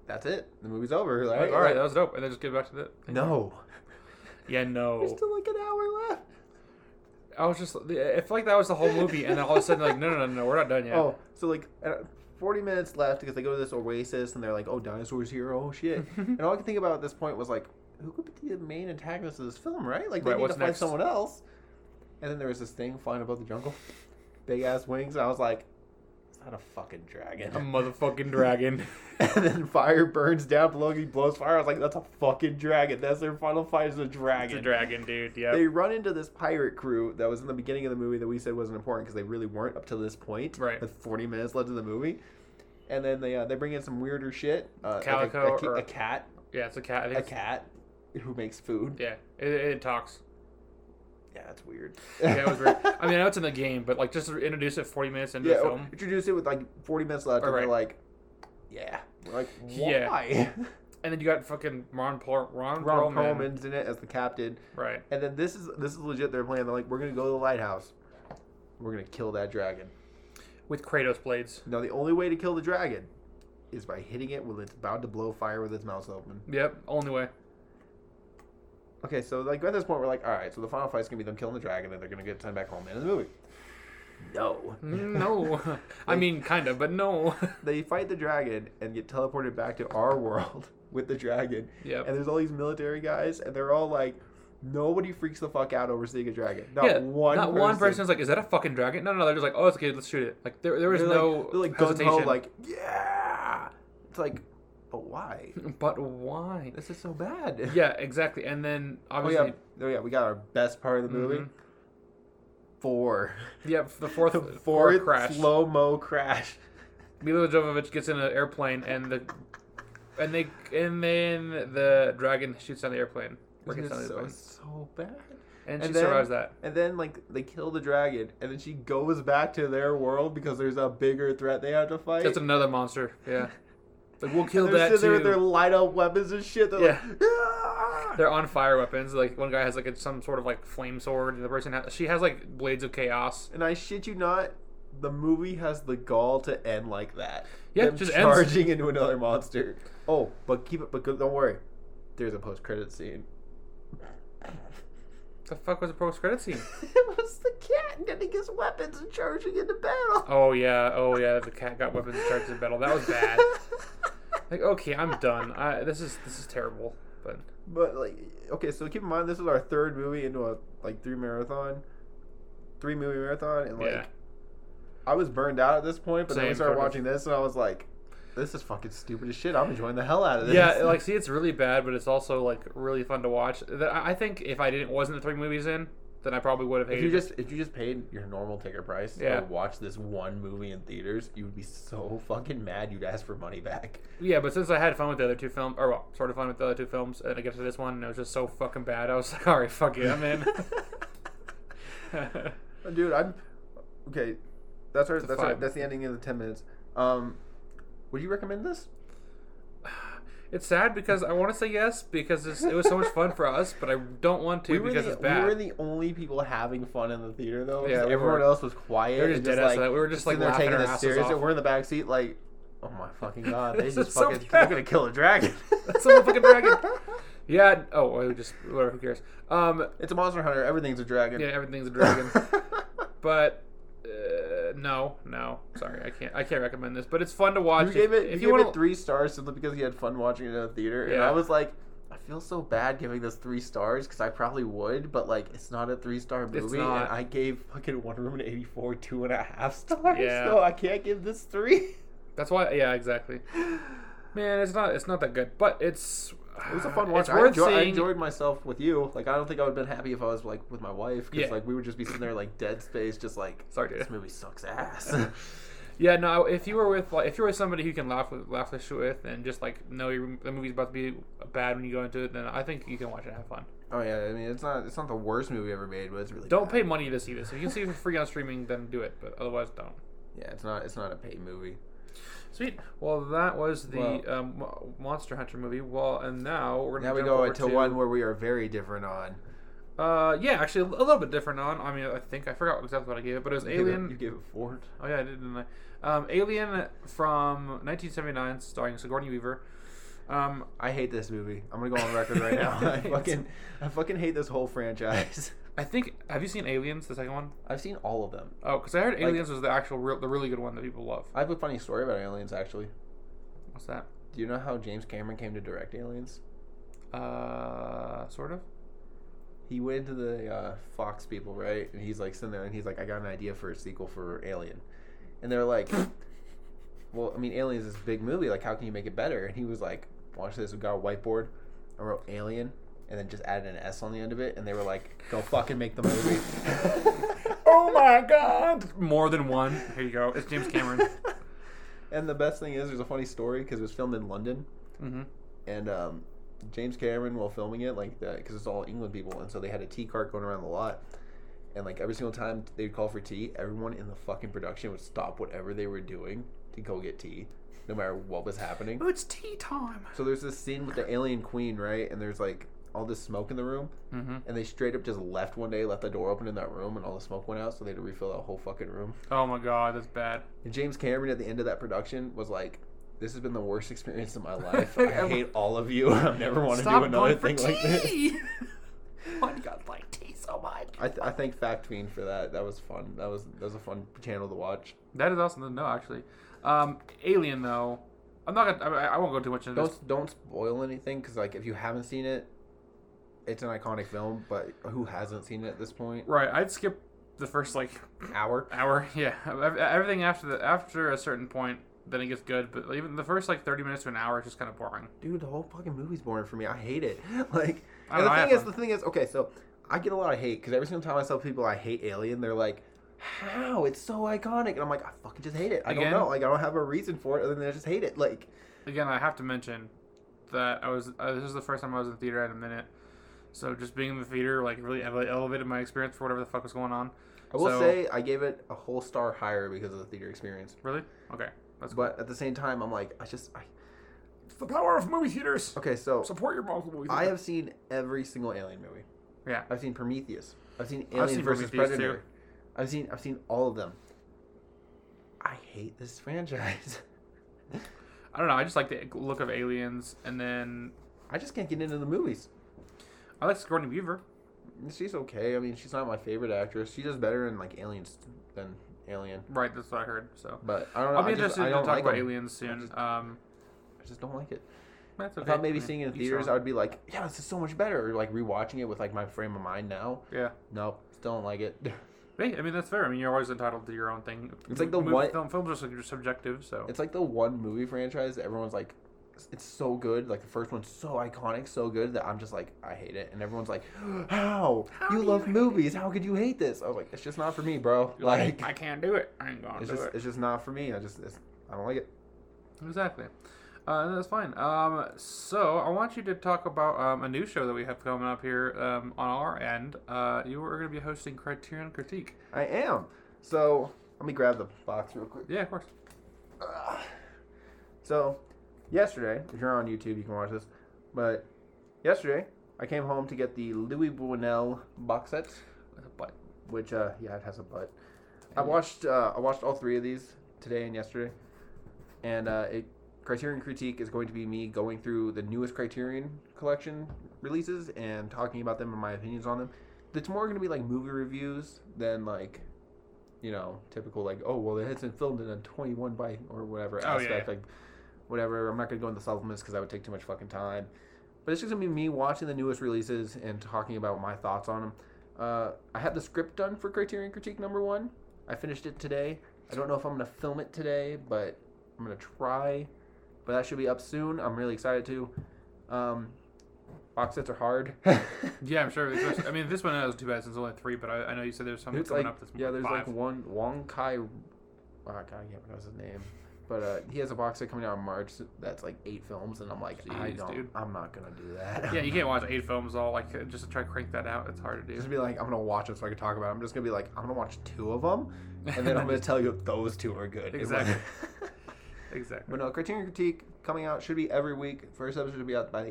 B: that's it, the movie's over.
A: Mm. Like,
B: Like,
A: all right, that was dope. And then just get back to the.
B: No.
A: Yeah,
B: There's
A: no.
B: still like an hour left.
A: I was just, I feel like that was the whole movie, and then all of a sudden, like, no, no, no, no, we're not done yet.
B: Oh, so like uh, 40 minutes left because they go to this oasis and they're like, oh, dinosaurs here, oh shit. and all I could think about at this point was like, who could be the main antagonist of this film, right? Like, they
A: Right,
B: need to
A: what's
B: find
A: next?
B: someone else. And then there was this thing flying above the jungle, big ass wings. And I was like, it's not a fucking
A: A
B: dragon.
A: motherfucking dragon.
B: and then fire burns down below. and He blows fire. I was like, that's a fucking dragon. That's their final fight is a
A: It's
B: dragon.
A: a dragon, dude. Yeah.
B: They run into this pirate crew that was in the beginning of the movie that we said wasn't important because they really weren't up to this point.
A: Right.
B: With 40 minutes left of the movie. And then they uh, they bring in some weirder shit. Uh, like a-
A: Calico
B: a, ki-
A: or-
B: a cat.
A: Yeah, it's a cat. I think
B: A
A: it's-
B: cat who makes food. Yeah,
A: Yeah, it, it talks.
B: that's weird.
A: Yeah, it was weird. I mean, I know it's in the game, but like just to introduce it 40 minutes into
B: yeah, oh.
A: the
B: or
A: film.
B: introduce it with like 40 minutes left, and
A: Right.
B: they're like, yeah. We're like,
A: Yeah.
B: why?
A: And then you got fucking Ron Paul, Ron,
B: Ron
A: Perlman.
B: Perlman's in it as the captain.
A: Right.
B: And then this is this is legit their plan. They're like, we're gonna go to the lighthouse. We're gonna kill that dragon.
A: With Kratos blades.
B: Now, the only way to kill the dragon is by hitting it when it's about to blow fire with its mouth open.
A: Yep, only way.
B: Okay, so like at this point, we're like, all right, so the final fight's gonna be them killing the dragon, and they're gonna get time back home. End of the movie. No,
A: No. I mean, kind of, but no.
B: they fight the dragon and get teleported back to our world with the dragon.
A: Yep.
B: And there's all these military guys, and they're all like, nobody freaks the fuck out over seeing a dragon. Not
A: yeah,
B: one.
A: not one person's like, is that a fucking dragon? No, no, no. They're just like, oh, it's okay, let's shoot it. Like, there, there was
B: They're
A: no
B: like, they're like gung
A: hesitation.
B: ho, like yeah. It's like, but why?
A: But why?
B: This is so bad.
A: Yeah, exactly. And then
B: Oh
A: obviously,
B: yeah, oh yeah, we got our best part of the movie.
A: Mhm.
B: Four.
A: yeah, the fourth,
B: The
A: fourth
B: fourth
A: crash.
B: slow mo crash.
A: Milo Jovovich gets in an airplane and the and they and then the dragon shoots down the airplane. Or
B: It's
A: gets down the
B: so,
A: airplane.
B: so bad.
A: And,
B: and
A: she
B: then-
A: survives that.
B: And then like they kill the dragon, and then she goes back to their world because there's a bigger threat they have to fight.
A: That's another monster. Yeah. Like we'll kill
B: And they're
A: that
B: sitting there
A: too.
B: with their light up weapons and shit. They're
A: Yeah.
B: like, "Ah!"
A: They're on fire weapons. Like one guy has like a, some sort of like flame sword. The person has, she has like blades of chaos.
B: and I shit you not, the movie has the gall to end like that.
A: Yeah,
B: Them
A: it just ends.
B: charging into another monster. Oh, but keep it. But go- don't worry, there's a post credit scene.
A: The fuck was the post credit scene?
B: it was the cat getting his weapons and charging into battle.
A: Oh yeah, oh yeah. The cat got weapons and charged in battle. That was bad. Like okay, I'm done. I, this is this is terrible. But
B: But like, okay, so keep in mind this is our third movie into a like three marathon, three movie marathon, and like
A: Yeah.
B: I was burned out at this point. But then we
A: Same,
B: started
A: sort of.
B: watching this, and I was like, this is fucking stupid as shit. I'm enjoying the hell out of this.
A: yeah, like see, it's really bad, but it's also like really fun to watch. That- I I think if I didn't wasn't the three movies in, then I probably would have
B: if
A: hated.
B: you
A: it.
B: just if you just paid your normal ticket price
A: Yeah.
B: to watch this one movie in theaters, you would be so fucking mad. You'd ask for money back.
A: yeah, but since I had fun with the other two films, or well, sort of fun with the other two films, and I get to this one and it was just so fucking bad, I was like, all right, fuck it, I'm in.
B: Dude, I'm okay. That's our,
A: a
B: that's our,
A: five.
B: that's the ending of the ten minutes. Um, would you recommend this?
A: It's sad because I want to say yes because it's, it was so much fun for us, but I don't want to
B: were
A: because
B: the,
A: it's bad.
B: We were the only people having fun in the theater, though. 'cause
A: Yeah, we
B: everyone
A: were.
B: else was quiet.
A: They were just
B: and
A: dead ass to that. We were just, like,
B: sitting there
A: laughing
B: taking
A: our
B: this
A: asses
B: serious,
A: off.
B: and we're in the back seat, like, oh my fucking god, they
A: This
B: just
A: is so
B: fucking they're
A: bad.
B: gonna kill a dragon.
A: That's a motherfucking dragon. yeah. Oh, well, we just whatever. Who cares? Um.
B: It's a monster hunter. Everything's a dragon.
A: Yeah, everything's a dragon. but uh, no, no. Sorry, I can't. I can't recommend this. But it's fun to watch.
B: you gave it. you, gave
A: wanna-
B: it three stars simply because you had fun watching it in a theater, and
A: Yeah.
B: I was like. I feel so bad giving this three stars because I probably would, but like it's not a three star movie,
A: not.
B: and I gave fucking Wonder Woman eighty four two and a half stars,
A: Yeah.
B: so I can't give this three.
A: That's why. Yeah, exactly. Man, it's not. It's not that good. But it's.
B: It was a fun watch.
A: It's
B: I,
A: worth
B: enjoy, I
A: seeing.
B: enjoyed myself with you. Like I don't think I would have been happy if I was like with my wife because
A: Yeah.
B: like we would just be sitting there like dead space, just like
A: Sorry, dude.
B: this movie sucks ass.
A: Yeah, no. If you were with, like, if you were with somebody who can laugh with, laugh this shit with, and just like know your, the movie's about to be bad when you go into it, then I think you can watch it and have fun.
B: oh yeah, I mean it's not it's not the worst movie ever made, but it's really
A: Don't
B: bad.
A: pay money to see this. If you can see it for free on streaming, then do it. But otherwise, don't.
B: Yeah, it's not it's not a paid movie.
A: Sweet. Well, that was the
B: Well-
A: um, Mo- Monster Hunter movie. Well, and now we're
B: Now
A: gonna
B: we
A: jump
B: go
A: over
B: into
A: to-
B: one where we are very different on.
A: Uh, yeah, actually, a little bit different on. I mean, I think I forgot exactly what I gave it, but it was
B: You gave it-
A: Alien.
B: you gave it four.
A: Oh yeah, I did, didn't I? Um, Alien from 1979, starring Sigourney Weaver. Um,
B: I hate this movie. I'm gonna go on record right now. I fucking I fucking hate this whole franchise.
A: I think. Have you seen Aliens, the second one?
B: I've seen all of them.
A: Oh, because I heard Aliens was the actual, real, the really good one that people love.
B: I have a funny story about Aliens actually.
A: What's that?
B: Do you know how James Cameron came to direct Aliens?
A: Uh, sort of.
B: He went to the uh, Fox people, right? And he's like sitting there, and he's like, "I got an idea for a sequel for Alien," and they're like, "Well, I mean, Alien is this big movie. Like, how can you make it better?" And he was like, "Watch this. We got a whiteboard. I wrote Alien, and then just added an S on the end of it." And they were like, "Go fucking make the movie."
A: Oh my God! More than one. Here you go. It's James Cameron.
B: and the best thing is, there's a funny story because it was filmed in London,
A: mm-hmm.
B: and um, James Cameron while filming it, like because it's all England people, and so they had a tea cart going around the lot, and like every single time they'd call for tea, everyone in the fucking production would stop whatever they were doing to go get tea, no matter what was happening.
A: Oh, it's tea time.
B: So there's this scene with the alien queen, right? And there's like all this smoke in the room,
A: Mm-hmm.
B: and they straight up just left one day, left the door open in that room, and all the smoke went out, so they had to refill that whole fucking room.
A: Oh my God, that's bad.
B: And James Cameron at the end of that production was like. This has been the worst experience of my life. I hate all of you. I never want to do another thing like this.
A: Why do you guys like tea so much?
B: I, th- I thank Fact Fiend for that. That was fun. That was that was a fun channel to watch.
A: That is awesome to know, actually. Um, Alien, though, I'm not gonna. I, I won't go too much into this.
B: Don't don't spoil anything because like if you haven't seen it, it's an iconic film. But who hasn't seen it at this point?
A: Right, I'd skip the first like
B: Hour.
A: hour. Yeah, Ev- everything after the after a certain point Then it gets good, but even the first like thirty minutes to an hour is just kind of boring.
B: dude, the whole fucking movie's boring for me. I hate it. Like,
A: I don't know,
B: and the
A: I
B: thing
A: have
B: is, the thing is, okay, so I get a lot of hate because every single time I tell people I hate Alien, they're like, "How? It's so iconic," and I'm like, "I fucking just hate it. I
A: Again?
B: don't know. Like, I don't have a reason for it other than I just hate it." Like,
A: Again, I have to mention that I was uh, this is the first time I was in the theater in a minute, so just being in the theater like really ele- elevated my experience for whatever the fuck was going on.
B: I will
A: So-
B: say I gave it a whole star higher because of the theater experience,
A: Really? Okay, that's
B: but at the same time, I'm like, I just, I,
A: It's the power of movie theaters.
B: okay, so
A: Support your local movie.
B: I
A: theater.
B: have seen every single Alien movie.
A: Yeah.
B: I've seen Prometheus. I've seen Alien
A: seen
B: versus
A: Prometheus,
B: Predator.
A: too.
B: I've seen I've seen all of them. I hate this franchise.
A: I don't know. I just like the look of aliens, and then
B: I just can't get into the movies.
A: I like Sigourney Weaver.
B: She's okay. I mean, she's not my favorite actress. She does better in like Aliens than Alien.
A: Right, that's what I heard. So
B: But I don't know.
A: I'll be
B: I just,
A: interested
B: I
A: to
B: don't
A: talk
B: like
A: about
B: them.
A: aliens soon. um,
B: I just don't like it.
A: that's okay.
B: I thought maybe
A: I mean,
B: seeing it in
A: each
B: theaters,
A: their
B: I
A: own.
B: would be like, yeah, this is so much better. Or like rewatching it with like my frame of mind now.
A: yeah.
B: Nope, still don't like it.
A: Hey, I mean that's fair. I mean you're always entitled to your own thing.
B: It's like the
A: Movie-
B: one-
A: film, films are sub- subjective, so
B: It's like the one movie franchise that everyone's like, it's so good. Like the first one's so iconic, so good that I'm just like, I hate it. And everyone's like, how?
A: How
B: you
A: do
B: love
A: you hate
B: movies. How could you hate this? I was like, it's just not for me, bro.
A: You're
B: Like,
A: I can't do it. I ain't gonna
B: it's
A: do
B: just,
A: it.
B: it's just not for me. I just, it's, I don't like it.
A: Exactly. Uh, and that's fine. Um, so I want you to talk about um, a new show that we have coming up here um, on our end. Uh, you are going to be hosting Criterion Critique.
B: I am. So let me grab the box real quick.
A: Yeah, of course.
B: Ugh. So, yesterday, if you're on YouTube, you can watch this. But yesterday, I came home to get the Louis Buñuel box set.
A: But
B: which uh yeah it has a butt i watched uh i watched all three of these today and yesterday and uh it criterion critique is going to be me going through the newest criterion collection releases and talking about them and my opinions on them it's more going to be like movie reviews than like you know typical like oh well it hasn't filmed in a 21 by or whatever
A: Oh, yeah,
B: aspect
A: yeah.
B: like whatever i'm not going to go into supplements because that would take too much fucking time but it's just gonna be me watching the newest releases and talking about my thoughts on them. Uh, I have the script done for Criterion Critique number one. I finished it today. I don't know if I'm gonna film it today, but I'm gonna try. But that should be up soon. I'm really excited too. Um, box sets are hard.
A: yeah, I'm sure. especially- I mean, this one is too bad since it's only three, but I, I know you said there's something
B: There's
A: coming
B: like,
A: up this
B: yeah, there's
A: five.
B: like one Wong Kai. Oh, God, I can't pronounce his name. But uh, he has a box set coming out in March that's like eight films, and I'm like, I
A: Jeez,
B: don't,
A: dude.
B: I'm not gonna do that.
A: Yeah, you can't watch eight films all like uh, just to try to crank that out. It's hard to do.
B: just be like, I'm gonna watch it so I can talk about it. I'm just gonna be like, I'm gonna watch two of them, and then I'm gonna tell you if those two are good.
A: Exactly. Exactly.
B: but no, Criterion Critique coming out should be every week. First episode should be out by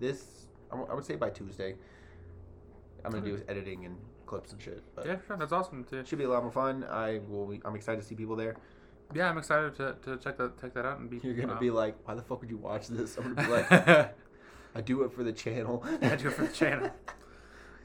B: this. I w- I would say by Tuesday. I'm gonna do editing and clips and shit, but
A: Yeah, sure. That's awesome. Too.
B: it should be a lot more fun. I will. Be, I'm excited to see people there.
A: Yeah, I'm excited to, to check that check that out and be.
B: You're gonna
A: um,
B: be like, why the fuck would you watch this? I'm gonna be like, I do it for the channel. Oh,
A: I do it for the channel.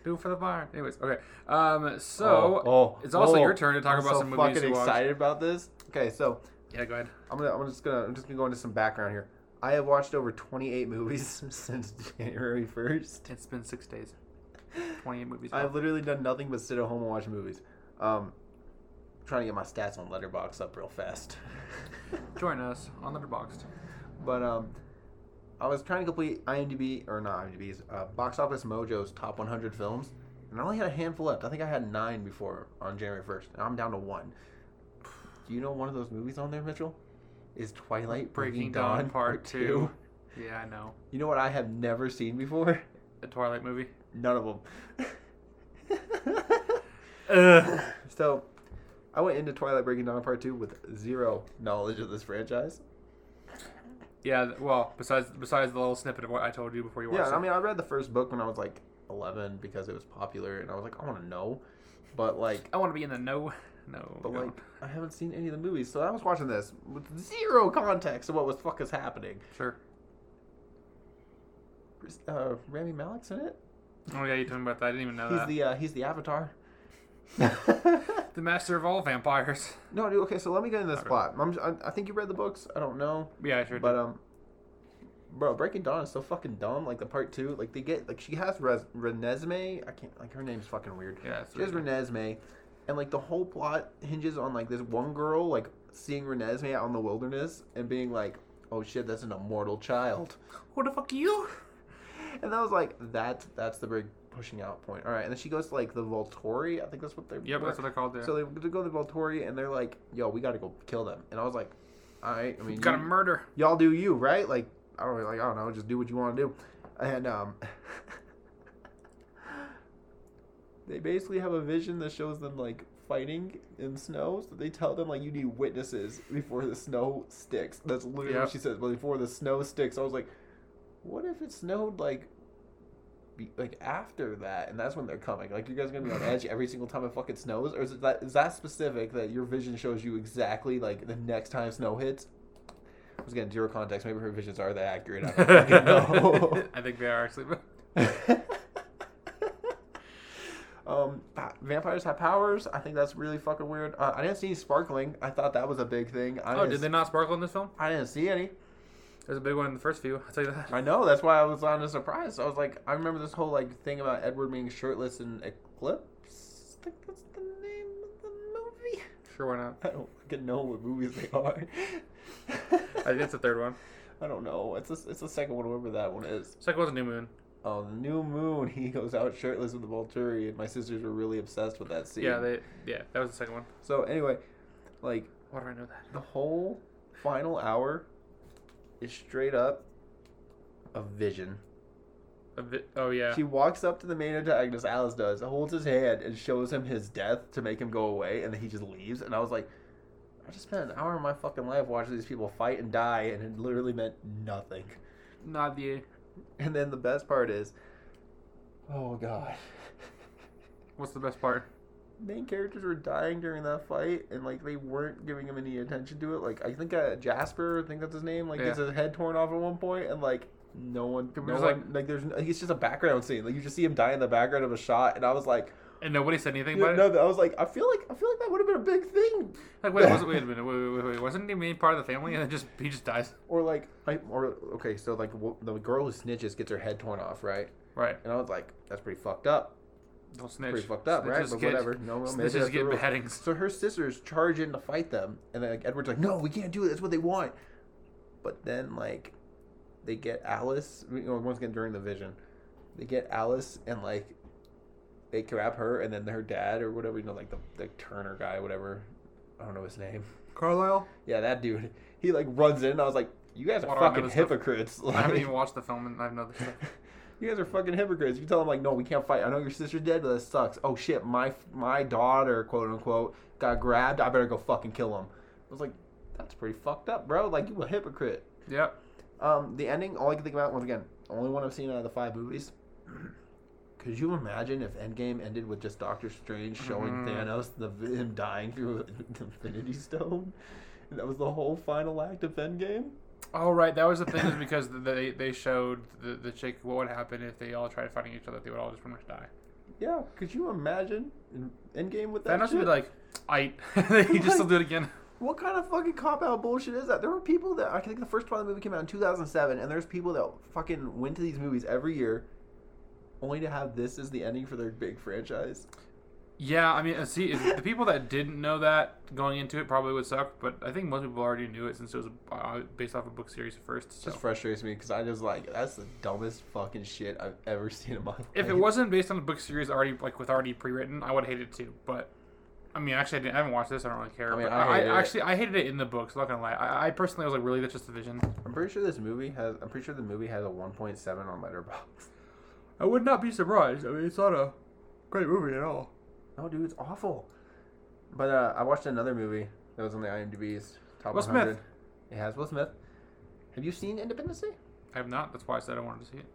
A: do it for the bar. Anyways, okay. Um, so
B: Oh, oh,
A: it's also
B: oh,
A: your turn to talk
B: I'm
A: about
B: so
A: some movies
B: fucking
A: you watched.
B: excited about this. Okay, so
A: Yeah, go ahead.
B: I'm gonna, I'm just gonna, I'm just gonna go into some background here. I have watched over 28 movies since January 1st.
A: It's been six days. Twenty-eight movies.
B: I've literally done nothing but sit at home and watch movies. Um, trying to get my stats on Letterbox up real fast.
A: Oh, Join us on Letterboxd.
B: but um, I was trying to complete IMDb or not IMDb's uh, Box Office Mojo's top 100 films, and I only had a handful left. I think I had nine before on January 1st, and I'm down to one. Do you know one of those movies on there, Mitchell? Is Twilight Breaking, Dawn, Part Two?
A: Yeah, I know.
B: You know what I have never seen before?
A: The Twilight movie.
B: None of them.
A: Ugh.
B: so, I went into Twilight Breaking Dawn Part 2 with zero knowledge of this franchise.
A: Yeah. th- Well, besides besides the little snippet of what I told you before you watched
B: Yeah, I
A: it.
B: mean, I read the first book when I was like 11 because it was popular and I was like, I want to know. But like,
A: I want to be in the no, no.
B: but
A: no.
B: like, I haven't seen any of the movies, so I was watching this with zero context of what was fuck is happening.
A: sure.
B: Uh, Rami Malek's in it.
A: Oh yeah, you told me about that. I didn't even know
B: He's
A: that.
B: the uh, he's the Avatar. no,
A: The master of all vampires.
B: dude. Okay, so let me get into this
A: Okay.
B: plot. I'm, I, I think you read the books. I don't know.
A: Yeah, I sure.
B: But um, bro, Breaking Dawn is so fucking dumb. Like the part two, like they get like she has Res- Renesmee. I can't like her name's fucking weird.
A: did. Yeah, it's
B: She has
A: really-
B: Renesmee, and and like the whole plot hinges on like this one girl like seeing Renesmee out in the wilderness and being like, "Oh shit, that's an immortal child,"
A: Who the fuck are you?
B: and that was like that. That's the big pushing out point. All right, and then she goes to like the Volturi. I think that's what they're.
A: Yep, that's what they're called there.
B: So they go to the Volturi and they're like, "Yo, we got to go kill them." And I was like, "All right, I mean,
A: Got a
B: you-
A: murder.
B: y'all do you, right? Like I don't like I don't know, just do what you want to do. And um they basically have a vision that shows them like fighting in snow, so they tell them like you need witnesses before the snow sticks. That's literally
A: Yeah.
B: what she says, but before the snow sticks. I was like, what if it snowed like be, like after that, and that's when they're coming. Like you guys gonna be on edge every single time it fucking snows, or is it that is that specific that your vision shows you exactly like the next time snow hits? I was getting zero context. Maybe her visions are that accurate. I don't
A: I think they are actually.
B: fucking know. um, ah, vampires have powers. I think that's really fucking weird. Uh, I didn't see any sparkling. I thought that was a big thing. I
A: Oh,
B: didn't
A: did they
B: s-
A: not sparkle in this film?
B: I didn't see any.
A: There's a big one in the first few. I'll tell you that.
B: I know. That's why I was on a surprise. I was like, I remember this whole like thing about Edward being shirtless in Eclipse. I think that's the name of the movie.
A: Sure, why not?
B: I don't fucking know what movies they are.
A: I think it's the third one.
B: I don't know. It's the- it's the second one, whatever that one is.
A: Second one's a new moon.
B: Oh, the new moon. He goes out shirtless with the Volturi, and my sisters were really obsessed with that scene.
A: Yeah, they. Yeah, that was the second one.
B: So anyway, like
A: Why do I know that?
B: the whole final hour is straight up a vision.
A: A vi- oh yeah.
B: She walks up to the main antagonist, Alice does, holds his hand, and shows him his death to make him go away, and then he just leaves. And I was like, I just spent an hour of my fucking life watching these people fight and die, and it literally meant nothing.
A: Not the.
B: And then the best part is, oh god.
A: What's the best part?
B: main characters were dying during that fight, and like they weren't giving him any attention to it. Like I think uh, Jasper, I think that's his name, like
A: Yeah.
B: gets his head torn off at one point, and like no one, no
A: It was
B: one, like, there's like, it's just a background scene. Like you just see him die in the background of a shot, and I was like,
A: And nobody said anything
B: no,
A: about it.
B: no, I was like, I feel like I feel like that would have been a big thing,
A: Like wait, was wait a minute, wait, wait, wait, wait, wasn't he main part of the family and then just he just dies?
B: or like I or okay, so like w- the girl who snitches gets her head torn off, right?
A: Right.
B: And I was like, that's pretty fucked up.
A: Don't snitch.
B: Pretty fucked up, right?
A: Snitches
B: But
A: get-
B: whatever. No, no, maybe that's
A: Snitches
B: the
A: get
B: rule.
A: beheadings.
B: So her sisters charge in to fight them, and then like Edward's like, "No, we can't do it. That's what they want." But then like, they get Alice. You know, once again during the vision, they get Alice and like, they grab her, and then her dad or whatever you know, like the the Turner guy, whatever. I don't know his name.
A: Carlisle.
B: Yeah, that dude. He like runs in. And I was like, "You guys are
A: Why do I know
B: fucking
A: this stuff?
B: hypocrites."
A: I haven't
B: Like-
A: even watched the film and I have no other stuff.
B: you guys are fucking hypocrites. You tell them like, no, we can't fight. I know your sister's dead, but that sucks. Oh shit, my my daughter, quote unquote, got grabbed. I better go fucking kill him. I was like, that's pretty fucked up, bro. Like you a hypocrite.
A: Yep.
B: Um, the ending. All I can think about once again, only one I've seen out of the five movies. Could you imagine if Endgame ended with just Doctor Strange showing
A: Mhm.
B: Thanos the him dying through the Infinity Stone, and that was the whole final act of Endgame?
A: Oh right, that was the thing is because they they showed the the chick what would happen if they all tried fighting each other. They would all just pretty much die.
B: Yeah, could you imagine in- Endgame with that?
A: Thanos would
B: shit?
A: be like, I. he just still do it again.
B: What kind of fucking cop out bullshit is that? There were people that I think the first Twilight movie came out in 2007, and there's people that fucking went to these movies every year, only to have this as the ending for their big franchise.
A: Yeah, I mean, uh, see, if the people that didn't know that going into it probably would suck, but I think most people already knew it since it was uh, based off a book series first.
B: It
A: So.
B: just frustrates me because I just like that's the dumbest fucking shit I've ever seen in my life.
A: If it wasn't based on a book series already like with already pre-written, I would hate it too. But I mean, actually, I, didn't, I haven't watched this. I don't really care.
B: I mean,
A: but
B: I
A: I,
B: hated it.
A: I actually I hated it in the books. Not gonna lie, I, I personally was like, really, that's just a vision.
B: I'm pretty sure this movie has. I'm pretty sure the movie has a 1.7 on Letterbox.
A: I would not be surprised. I mean, it's not a great movie at all.
B: No, dude, it's awful. But uh, I watched another movie that was on the IMDb's top
A: Will
B: 100.
A: Smith.
B: It has Will Smith. Have you seen Independence Day?
A: I have not. That's why I said I wanted to see it.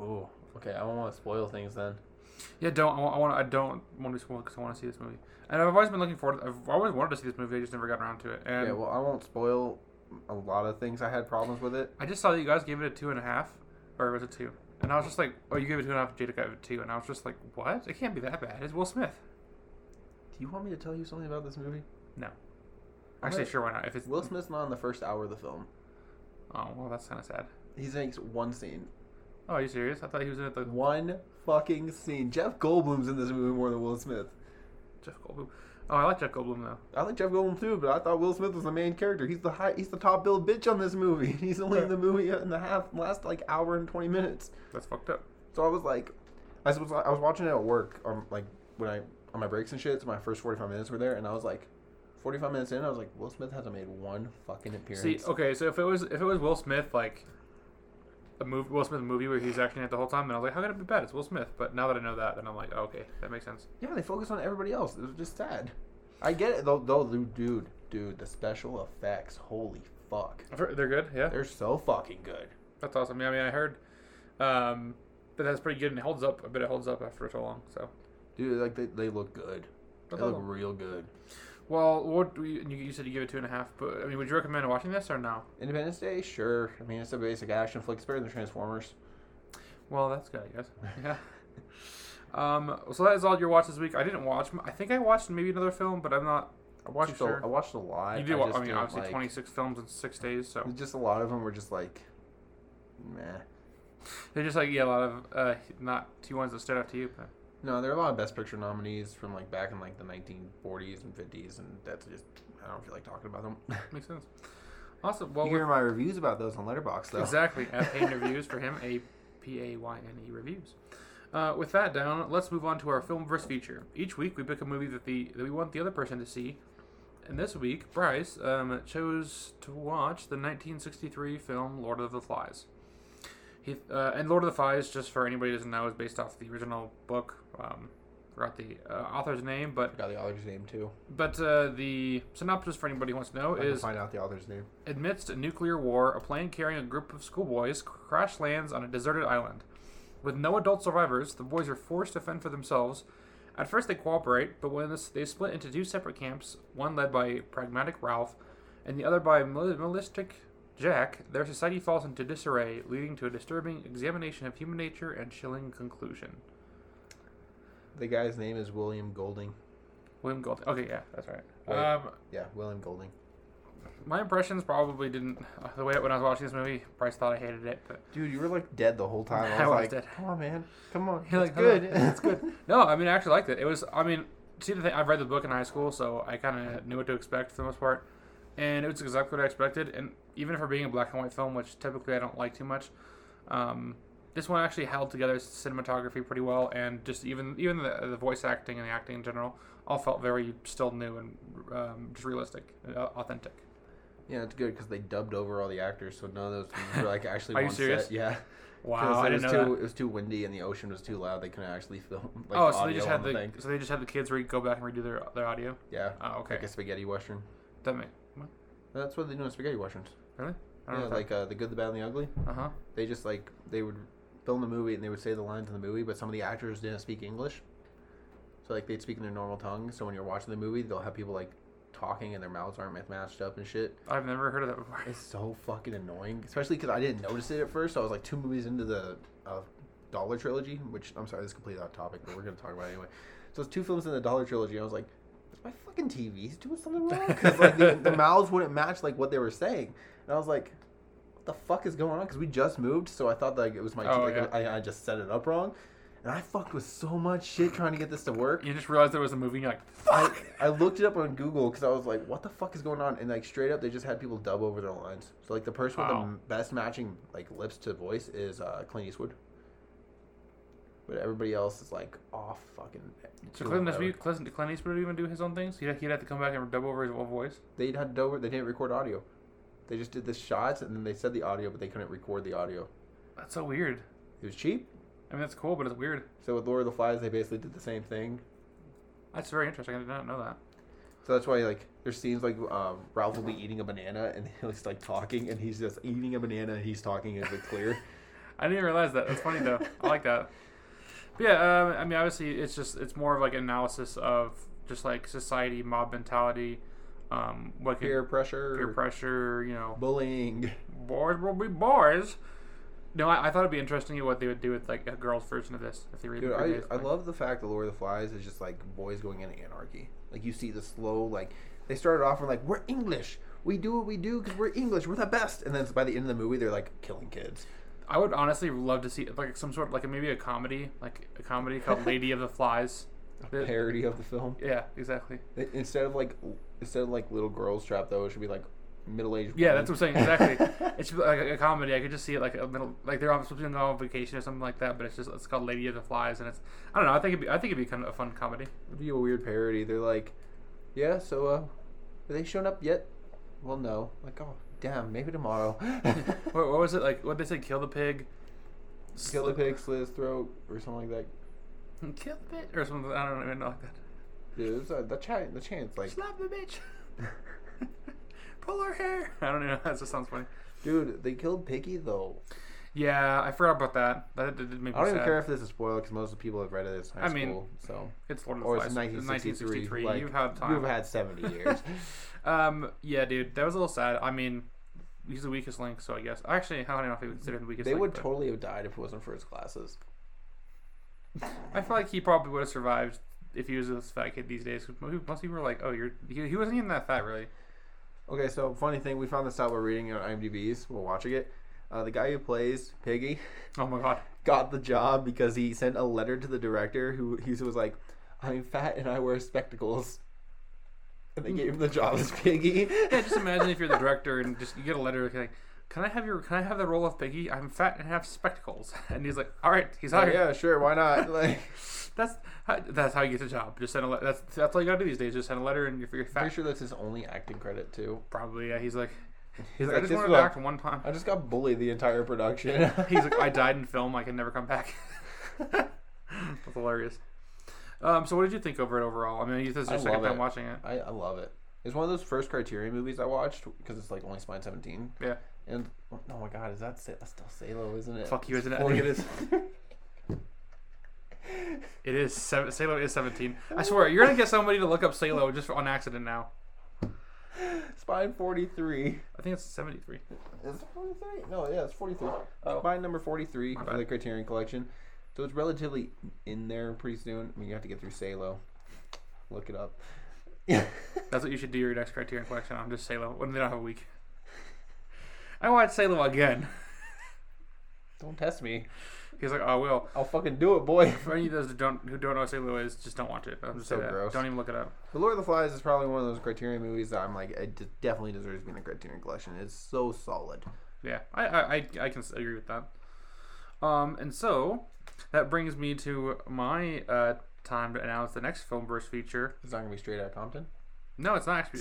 B: Oh, okay. I don't want to spoil things then.
A: Yeah, don't. I want. I, want, I don't want to be spoiled because I want to see this movie. And I've always been looking forward. I've always wanted to see this movie. I just never got around to it. And
B: yeah, well, I won't spoil a lot of things. I had problems with it.
A: I just saw that you guys gave it a two and a half, or was it two? And I was just like, oh, you gave it two and a half. Jada gave it two, and I was just like, what? It can't be that bad. It's Will Smith.
B: Do you want me to tell you something about this movie?
A: No. Actually,
B: Alright.
A: sure. Why not? If it's
B: Will Smith's not in the first hour of the film.
A: Oh well, that's kind of sad.
B: He makes one scene.
A: Oh, are you serious? I thought he was in it. The
B: One fucking scene. Jeff Goldblum's in this movie more than Will Smith.
A: Jeff Goldblum. Oh, I like Jeff Goldblum though.
B: I like Jeff Goldblum too, but I thought Will Smith was the main character. He's the high, he's the top billed bitch on this movie. He's only in the movie and a half last like hour and twenty minutes.
A: That's fucked up.
B: So I was like, I was I was watching it at work, um, like when I on my breaks and shit. So my first forty five minutes were there, and I was like, forty five minutes in, I was like, Will Smith hasn't made one fucking appearance.
A: See, oh okay, so if it was if it was Will Smith like a move Will Smith movie where he's acting at the whole time, then I was like, how can it be bad? It's Will Smith. But now that I know that, then I'm like, oh, okay, that makes sense.
B: Yeah, they focus on everybody else. It was just sad. I get it though, though, dude, dude, dude. The special effects, holy fuck,
A: I've heard- They're good, yeah.
B: they're so fucking good.
A: That's awesome. Yeah, I mean, I heard um, that that's pretty good and it holds up. I bet it holds up after so long. So,
B: Dude, like they, they look good. They
A: That's
B: look
A: awesome.
B: real good.
A: well, what do you, you you said you give it two and a half, but I mean, would you recommend watching this or no?
B: Independence Day, sure. I mean, it's a basic action flick. It's better than Transformers.
A: Well, that's good, I guess. Yeah. um, so that is all your watch this week. I didn't watch. m- I think I watched maybe another film, but I'm not.
B: I watched a,
A: sure?
B: I watched a lot.
A: You did.
B: I
A: watch,
B: just
A: I mean,
B: didn't
A: obviously,
B: like-
A: 26 films in six days. So
B: Just a lot of them were just like, meh.
A: they're just like yeah, a lot of uh, not two ones that stood out to you. But
B: No, there are a lot of Best Picture nominees from like back in like the 1940s and 50s, and that's just I don't feel like talking about them.
A: makes sense. Awesome. Well,
B: you hear my reviews about those on Letterboxd, though.
A: Exactly. At Payne Reviews for him, A P A Y N E Reviews. Uh, with that down, let's move on to our film verse feature. Each week we pick a movie that the that we want the other person to see. And this week, Bryce um, chose to watch the 1963 film Lord of the Flies. He, uh, and Lord of the Flies, just for anybody who doesn't know, is based off the original book. Um, forgot the uh, author's name, but
B: Forgot the author's name too.
A: but uh, the synopsis for anybody who wants to know
B: I can
A: is
B: find out the author's name.
A: Amidst a nuclear war, a plane carrying a group of schoolboys cr- crash lands on a deserted island. With no adult survivors, the boys are forced to fend for themselves. At first, they cooperate, but when this, they split into two separate camps, one led by pragmatic Ralph and the other by mil- militaristic Jack, their society falls into disarray, leading to a disturbing examination of human nature and chilling conclusion.
B: The guy's name is William Golding.
A: William Gold. Okay, yeah, that's right.
B: Wait.
A: Um,
B: Yeah, William Golding.
A: my impressions probably didn't. Uh, the way when I was watching this movie, Bryce thought I hated it, but
B: Dude, you were like dead the whole time. I was,
A: I was
B: like,
A: dead.
B: come on, man, come on.
A: You're
B: it's
A: like,
B: good.
A: "Come on, it's good." No, I mean, I actually liked it. It was, I mean, see the thing, I've read the book in high school, so I kind of knew what to expect for the most part, and it was exactly what I expected. And even for being a black and white film, which typically I don't like too much, um, this one actually held together cinematography pretty well, and just even even the, the voice acting and the acting in general all felt very still new and um, just realistic, and au- authentic.
B: Yeah, it's good because they dubbed over all the actors, so none of those things were like actually.
A: Are you
B: on
A: serious?
B: Set. Yeah. 'Cause
A: Wow, I
B: it
A: didn't know
B: was too,
A: that.
B: It was too windy and the ocean was too loud. They couldn't actually film. Like,
A: oh, so they just had
B: the,
A: the,
B: thing.
A: so they just had the kids re- go back and redo their their audio.
B: yeah,
A: Oh, okay,
B: like a spaghetti western.
A: that makes. what?
B: That's what they do in spaghetti westerns.
A: Really? I
B: Yeah, like uh, the good, the bad, and the ugly.
A: uh huh.
B: They just like they would film the movie and they would say the lines in the movie, but some of the actors didn't speak English, so like they'd speak in their normal tongue. So when you're watching the movie, they'll have people like talking and their mouths aren't like, matched up and shit.
A: I've never heard of that before.
B: It's so fucking annoying, especially because I didn't notice it at first. I was like two movies into the uh, Dollar Trilogy, which I'm sorry, this is completely off topic, but we're gonna talk about it anyway. So it's two films in the Dollar Trilogy. And I was like, is my fucking TV's doing something wrong? Because like the, the mouths wouldn't match like what they were saying, and I was like, what the fuck is going on? Because we just moved, so I thought like it was my
A: Oh,
B: like,
A: yeah.
B: I, I just set it up wrong, and I fucked with so much shit trying to get this to work.
A: You just realized there was a movie and you're like,
B: I,
A: fuck!
B: I looked it up on Google because I was like, what the fuck is going on? And like straight up, they just had people dub over their lines. So like the person with the
A: Wow.
B: m- best matching like lips to voice is uh, Clint Eastwood, but everybody else is like off fucking.
A: So Clint Eastwood, Clint, Clint Eastwood would even do his own things? He'd, he'd have to come back and dub over his own voice?
B: They had dub over. They didn't record audio. They just did the shots and then they said the audio, but they couldn't record the audio.
A: That's so weird.
B: It was cheap.
A: I mean, that's cool, but it's weird.
B: So with Lord of the Flies, they basically did the same thing.
A: That's very interesting. I did not know that.
B: So that's why like there's scenes like um, Ralph will be eating a banana and he's like talking and he's just eating a banana and he's talking as it's clear.
A: I didn't even realize that. That's funny, though. I like that. But yeah, um, I mean, obviously, it's just, it's more of like an analysis of just like society, mob mentality, um, what could,
B: peer
A: peer,
B: pressure,
A: pressure, you know,
B: bullying.
A: boys will be boys. No, I, I thought it'd be interesting what they would do with like a girl's version of this if they read
B: Dude,
A: the
B: I,
A: previous,
B: I
A: like-
B: love the fact that Lord of the Flies is just like boys going into anarchy. Like you see the slow like they started off with like we're English, we do what we do because we're English, we're the best, and then by the end of the movie they're like killing kids.
A: I would honestly love to see like some sort of like maybe a comedy, like a comedy called Lady of the Flies,
B: A
A: The-
B: parody of the film.
A: Yeah, exactly.
B: I- Instead of like instead of like little girls trapped though, it should be like middle aged.
A: Yeah, that's what I'm saying. Exactly. it's like a comedy. I could just see it like a middle, like they're on supposed to be on vacation or something like that. But it's just it's called Lady of the Flies, and it's I don't know. I think it'd be I think it'd be kind of a fun comedy.
B: It'd be a weird parody. They're like, yeah, so uh, are they shown up yet? Well, no. Like, oh, damn, maybe tomorrow.
A: What, what was it like? What they say? Kill the pig.
B: Kill the
A: Sli-
B: pig, slit his throat, or something like that.
A: Kill the bitch or something. I don't even know like that.
B: Dude, it's, uh, the chance, the chance, like,
A: Slap the bitch. Pull her hair. I don't know. That just sounds funny.
B: dude, they killed Piggy though.
A: Yeah, I forgot about that. That did did make me
B: I don't
A: sad.
B: even care if this is spoiled because most of the people have read it as high
A: I mean,
B: school. So,
A: It's Lord of the
B: or
A: Flies.
B: Oh, it's 1963. like,
A: You've had time.
B: You've had 70 years.
A: Um, yeah, dude, that was a little sad. I mean, he's the weakest link, so I guess. Actually, I don't know if he would consider him the weakest
B: they
A: link.
B: would
A: but
B: totally have died if it wasn't for his glasses.
A: I feel like he probably would have survived if he was this fat kid these days. 'cause mo- Most people were like, oh, you're. He, he wasn't even that fat, really.
B: Okay, so funny thing, we found this out while reading it on IMDb's, while watching it. Uh, the guy who plays Piggy
A: Oh my god.
B: got the job because he sent a letter to the director who he was like, "I'm fat and I wear spectacles," and they gave him the job as Piggy.
A: Yeah, just imagine if you're the director and just you get a letter like, can I have your can I have the role of Piggy? I'm fat and have spectacles. And he's like, all right, he's
B: Oh,
A: hired.
B: yeah, sure, why not? Like,
A: That's how, that's how you get the job. Just send a letter. That's that's all you gotta do these days. Just send a letter and if you're fat,
B: pretty sure that's his only acting credit too.
A: probably yeah. He's like, he's
B: He's
A: like I
B: like,
A: just
B: "This
A: wanted
B: was
A: to
B: a-
A: act one time.
B: I just got bullied the entire production.
A: He's like, I died in film. I can never come back. That's hilarious. Um, so what did you think over it overall? I mean, this is
B: I
A: your second
B: love
A: time
B: it.
A: watching it.
B: I, I love it. It's one of those first Criterion movies I watched because it's like only Spine 17.
A: Yeah.
B: And oh my god, is that Sa- that's still Salo, isn't it?
A: Fuck you,
B: It's
A: isn't it? I think it
B: 40.
A: It is seven, Salo is seventeen. I swear, you're gonna get somebody to look up Salo just on accident now.
B: Spine 43.
A: I think it's seventy-three.
B: Is it 43? No, yeah, it's 43.
A: Oh.
B: Spine number 43
A: bad.
B: for the Criterion Collection. So it's relatively in there pretty soon. I mean, you have to get through Salo. Look it up.
A: That's what you should do your next Criterion collection. I'm just Salo when they don't have a week. I watched Salo again.
B: Don't test me.
A: He's like, "Oh, I will.
B: I'll fucking do it, boy.
A: For any of those that don't who don't know what Salo is, just don't watch it. I'm just
B: So
A: saying that.
B: gross.
A: Don't even look it up.
B: The Lord of the Flies is probably one of those Criterion movies that I'm like, it de- definitely deserves to be in the Criterion Collection. It's so solid.
A: Yeah, I I, I, I can agree with that. Um, and so that brings me to my uh, time to announce the next film verse feature.
B: It's not gonna be straight out of Compton.
A: No, it's not actually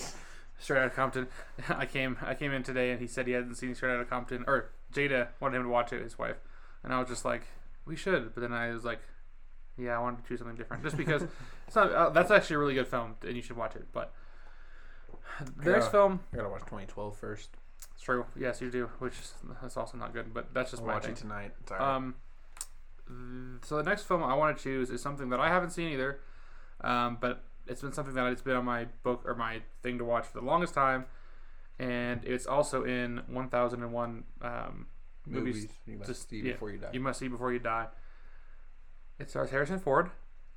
A: Straight Outta Compton. I came I came in today and he said he hadn't seen Straight Outta Compton or Jada wanted him to watch it, his wife, and I was just like, we should. But then I was like, yeah, I wanted to choose something different just because it's not. Uh, that's actually a really good film and you should watch it. But the next
B: Yeah.
A: film,
B: I gotta watch 2012 first.
A: it's true. Yes, you do, which is that's also not good. But that's just
B: I'll
A: my
B: watch
A: thing.
B: it tonight. It's alright.
A: Um, th- so the next film I want to choose is something that I haven't seen either, um, but it's been something that it's been on my book or my thing to watch for the longest time, and it's also in 1001 um, movies.
B: you must
A: just-
B: see
A: yeah,
B: before you die.
A: You must see before you die. It stars Harrison Ford,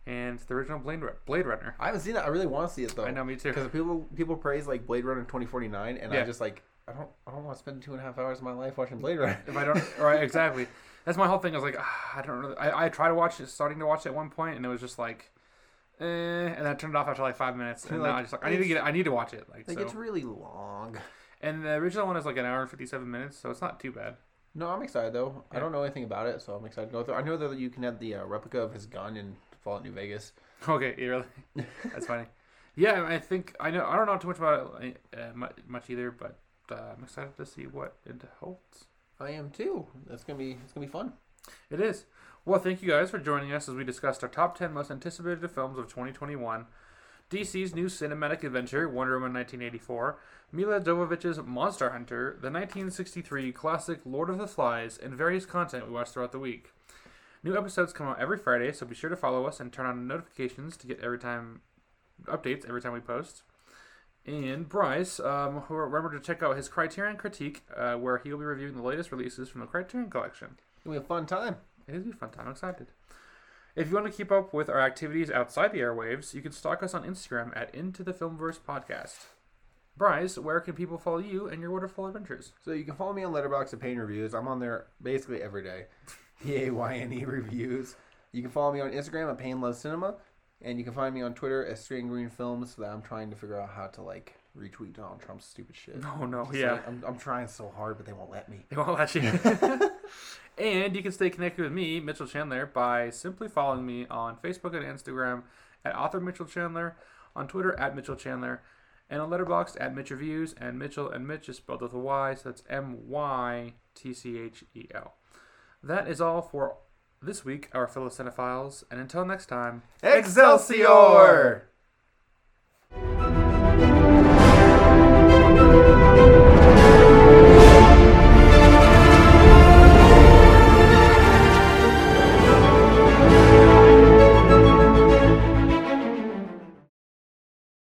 A: and it's the original Blade, Ru- Blade Runner.
B: I haven't seen it. I really want to see it though.
A: I know, me too.
B: Because people people praise like Blade Runner 2049, and
A: Yeah.
B: I just like I don't I don't want to spend two and a half hours of my life watching Blade Runner.
A: If I don't, right, exactly. That's my whole thing. I was like, ah, I don't really. I, I tried to watch it, starting to watch it at one point, and it was just like, eh, and then I turned it off after like five minutes, and
B: Like,
A: now I just like, I need to get, I need to watch it. Like,
B: like
A: so.
B: it's really long.
A: and the original one is like an hour and fifty-seven minutes, so it's not too bad.
B: No, I'm excited though. I don't know anything about it, so I'm excited to go through. I know that you can have the uh, replica of his gun in Fallout New Vegas.
A: Okay, yeah, really, that's funny. Yeah, I think I know. I don't know too much about it uh, mu- much either, but uh, I'm excited to see what it holds.
B: I am too. That's gonna be it's gonna be fun.
A: It is. Well, thank you guys for joining us as we discussed our top 10 most anticipated films of 2021, DC's new cinematic adventure, Wonder Woman 1984, Mila Jovovich's Monster Hunter, the 1963 classic Lord of the Flies, and various content we watched throughout the week. New episodes come out every Friday, so be sure to follow us and turn on notifications to get every time updates every time we post. And Bryce, um, who- remember to check out his Criterion Critique, uh, where he will be reviewing the latest releases from the Criterion Collection.
B: It's gonna be a fun time.
A: It is a fun time. I'm excited. If you want to keep up with our activities outside the airwaves, you can stalk us on Instagram at Into the Filmverse Podcast. Bryce, where can people follow you and your wonderful adventures?
B: So you can follow me on Letterboxd and Pain Reviews. I'm on there basically every day. P A Y N E reviews. You can follow me on Instagram at Pain Love Cinema. And you can find me on Twitter at Screen Green Films. That I'm trying to figure out how to like retweet Donald Trump's stupid shit.
A: Oh no,
B: Just
A: yeah.
B: like, I'm, I'm trying so hard, but they won't let me.
A: They won't let you. and you can stay connected with me, Mitchell Chandler, by simply following me on Facebook and Instagram at author Mitchell Chandler, on Twitter at Mitchell Chandler, and on Letterboxd at Mitch Reviews. And Mitchell and Mitch is spelled with a Y, so that's M Y T C H E L. That is all for this week, our fellow cinephiles. And until next time,
B: Excelsior!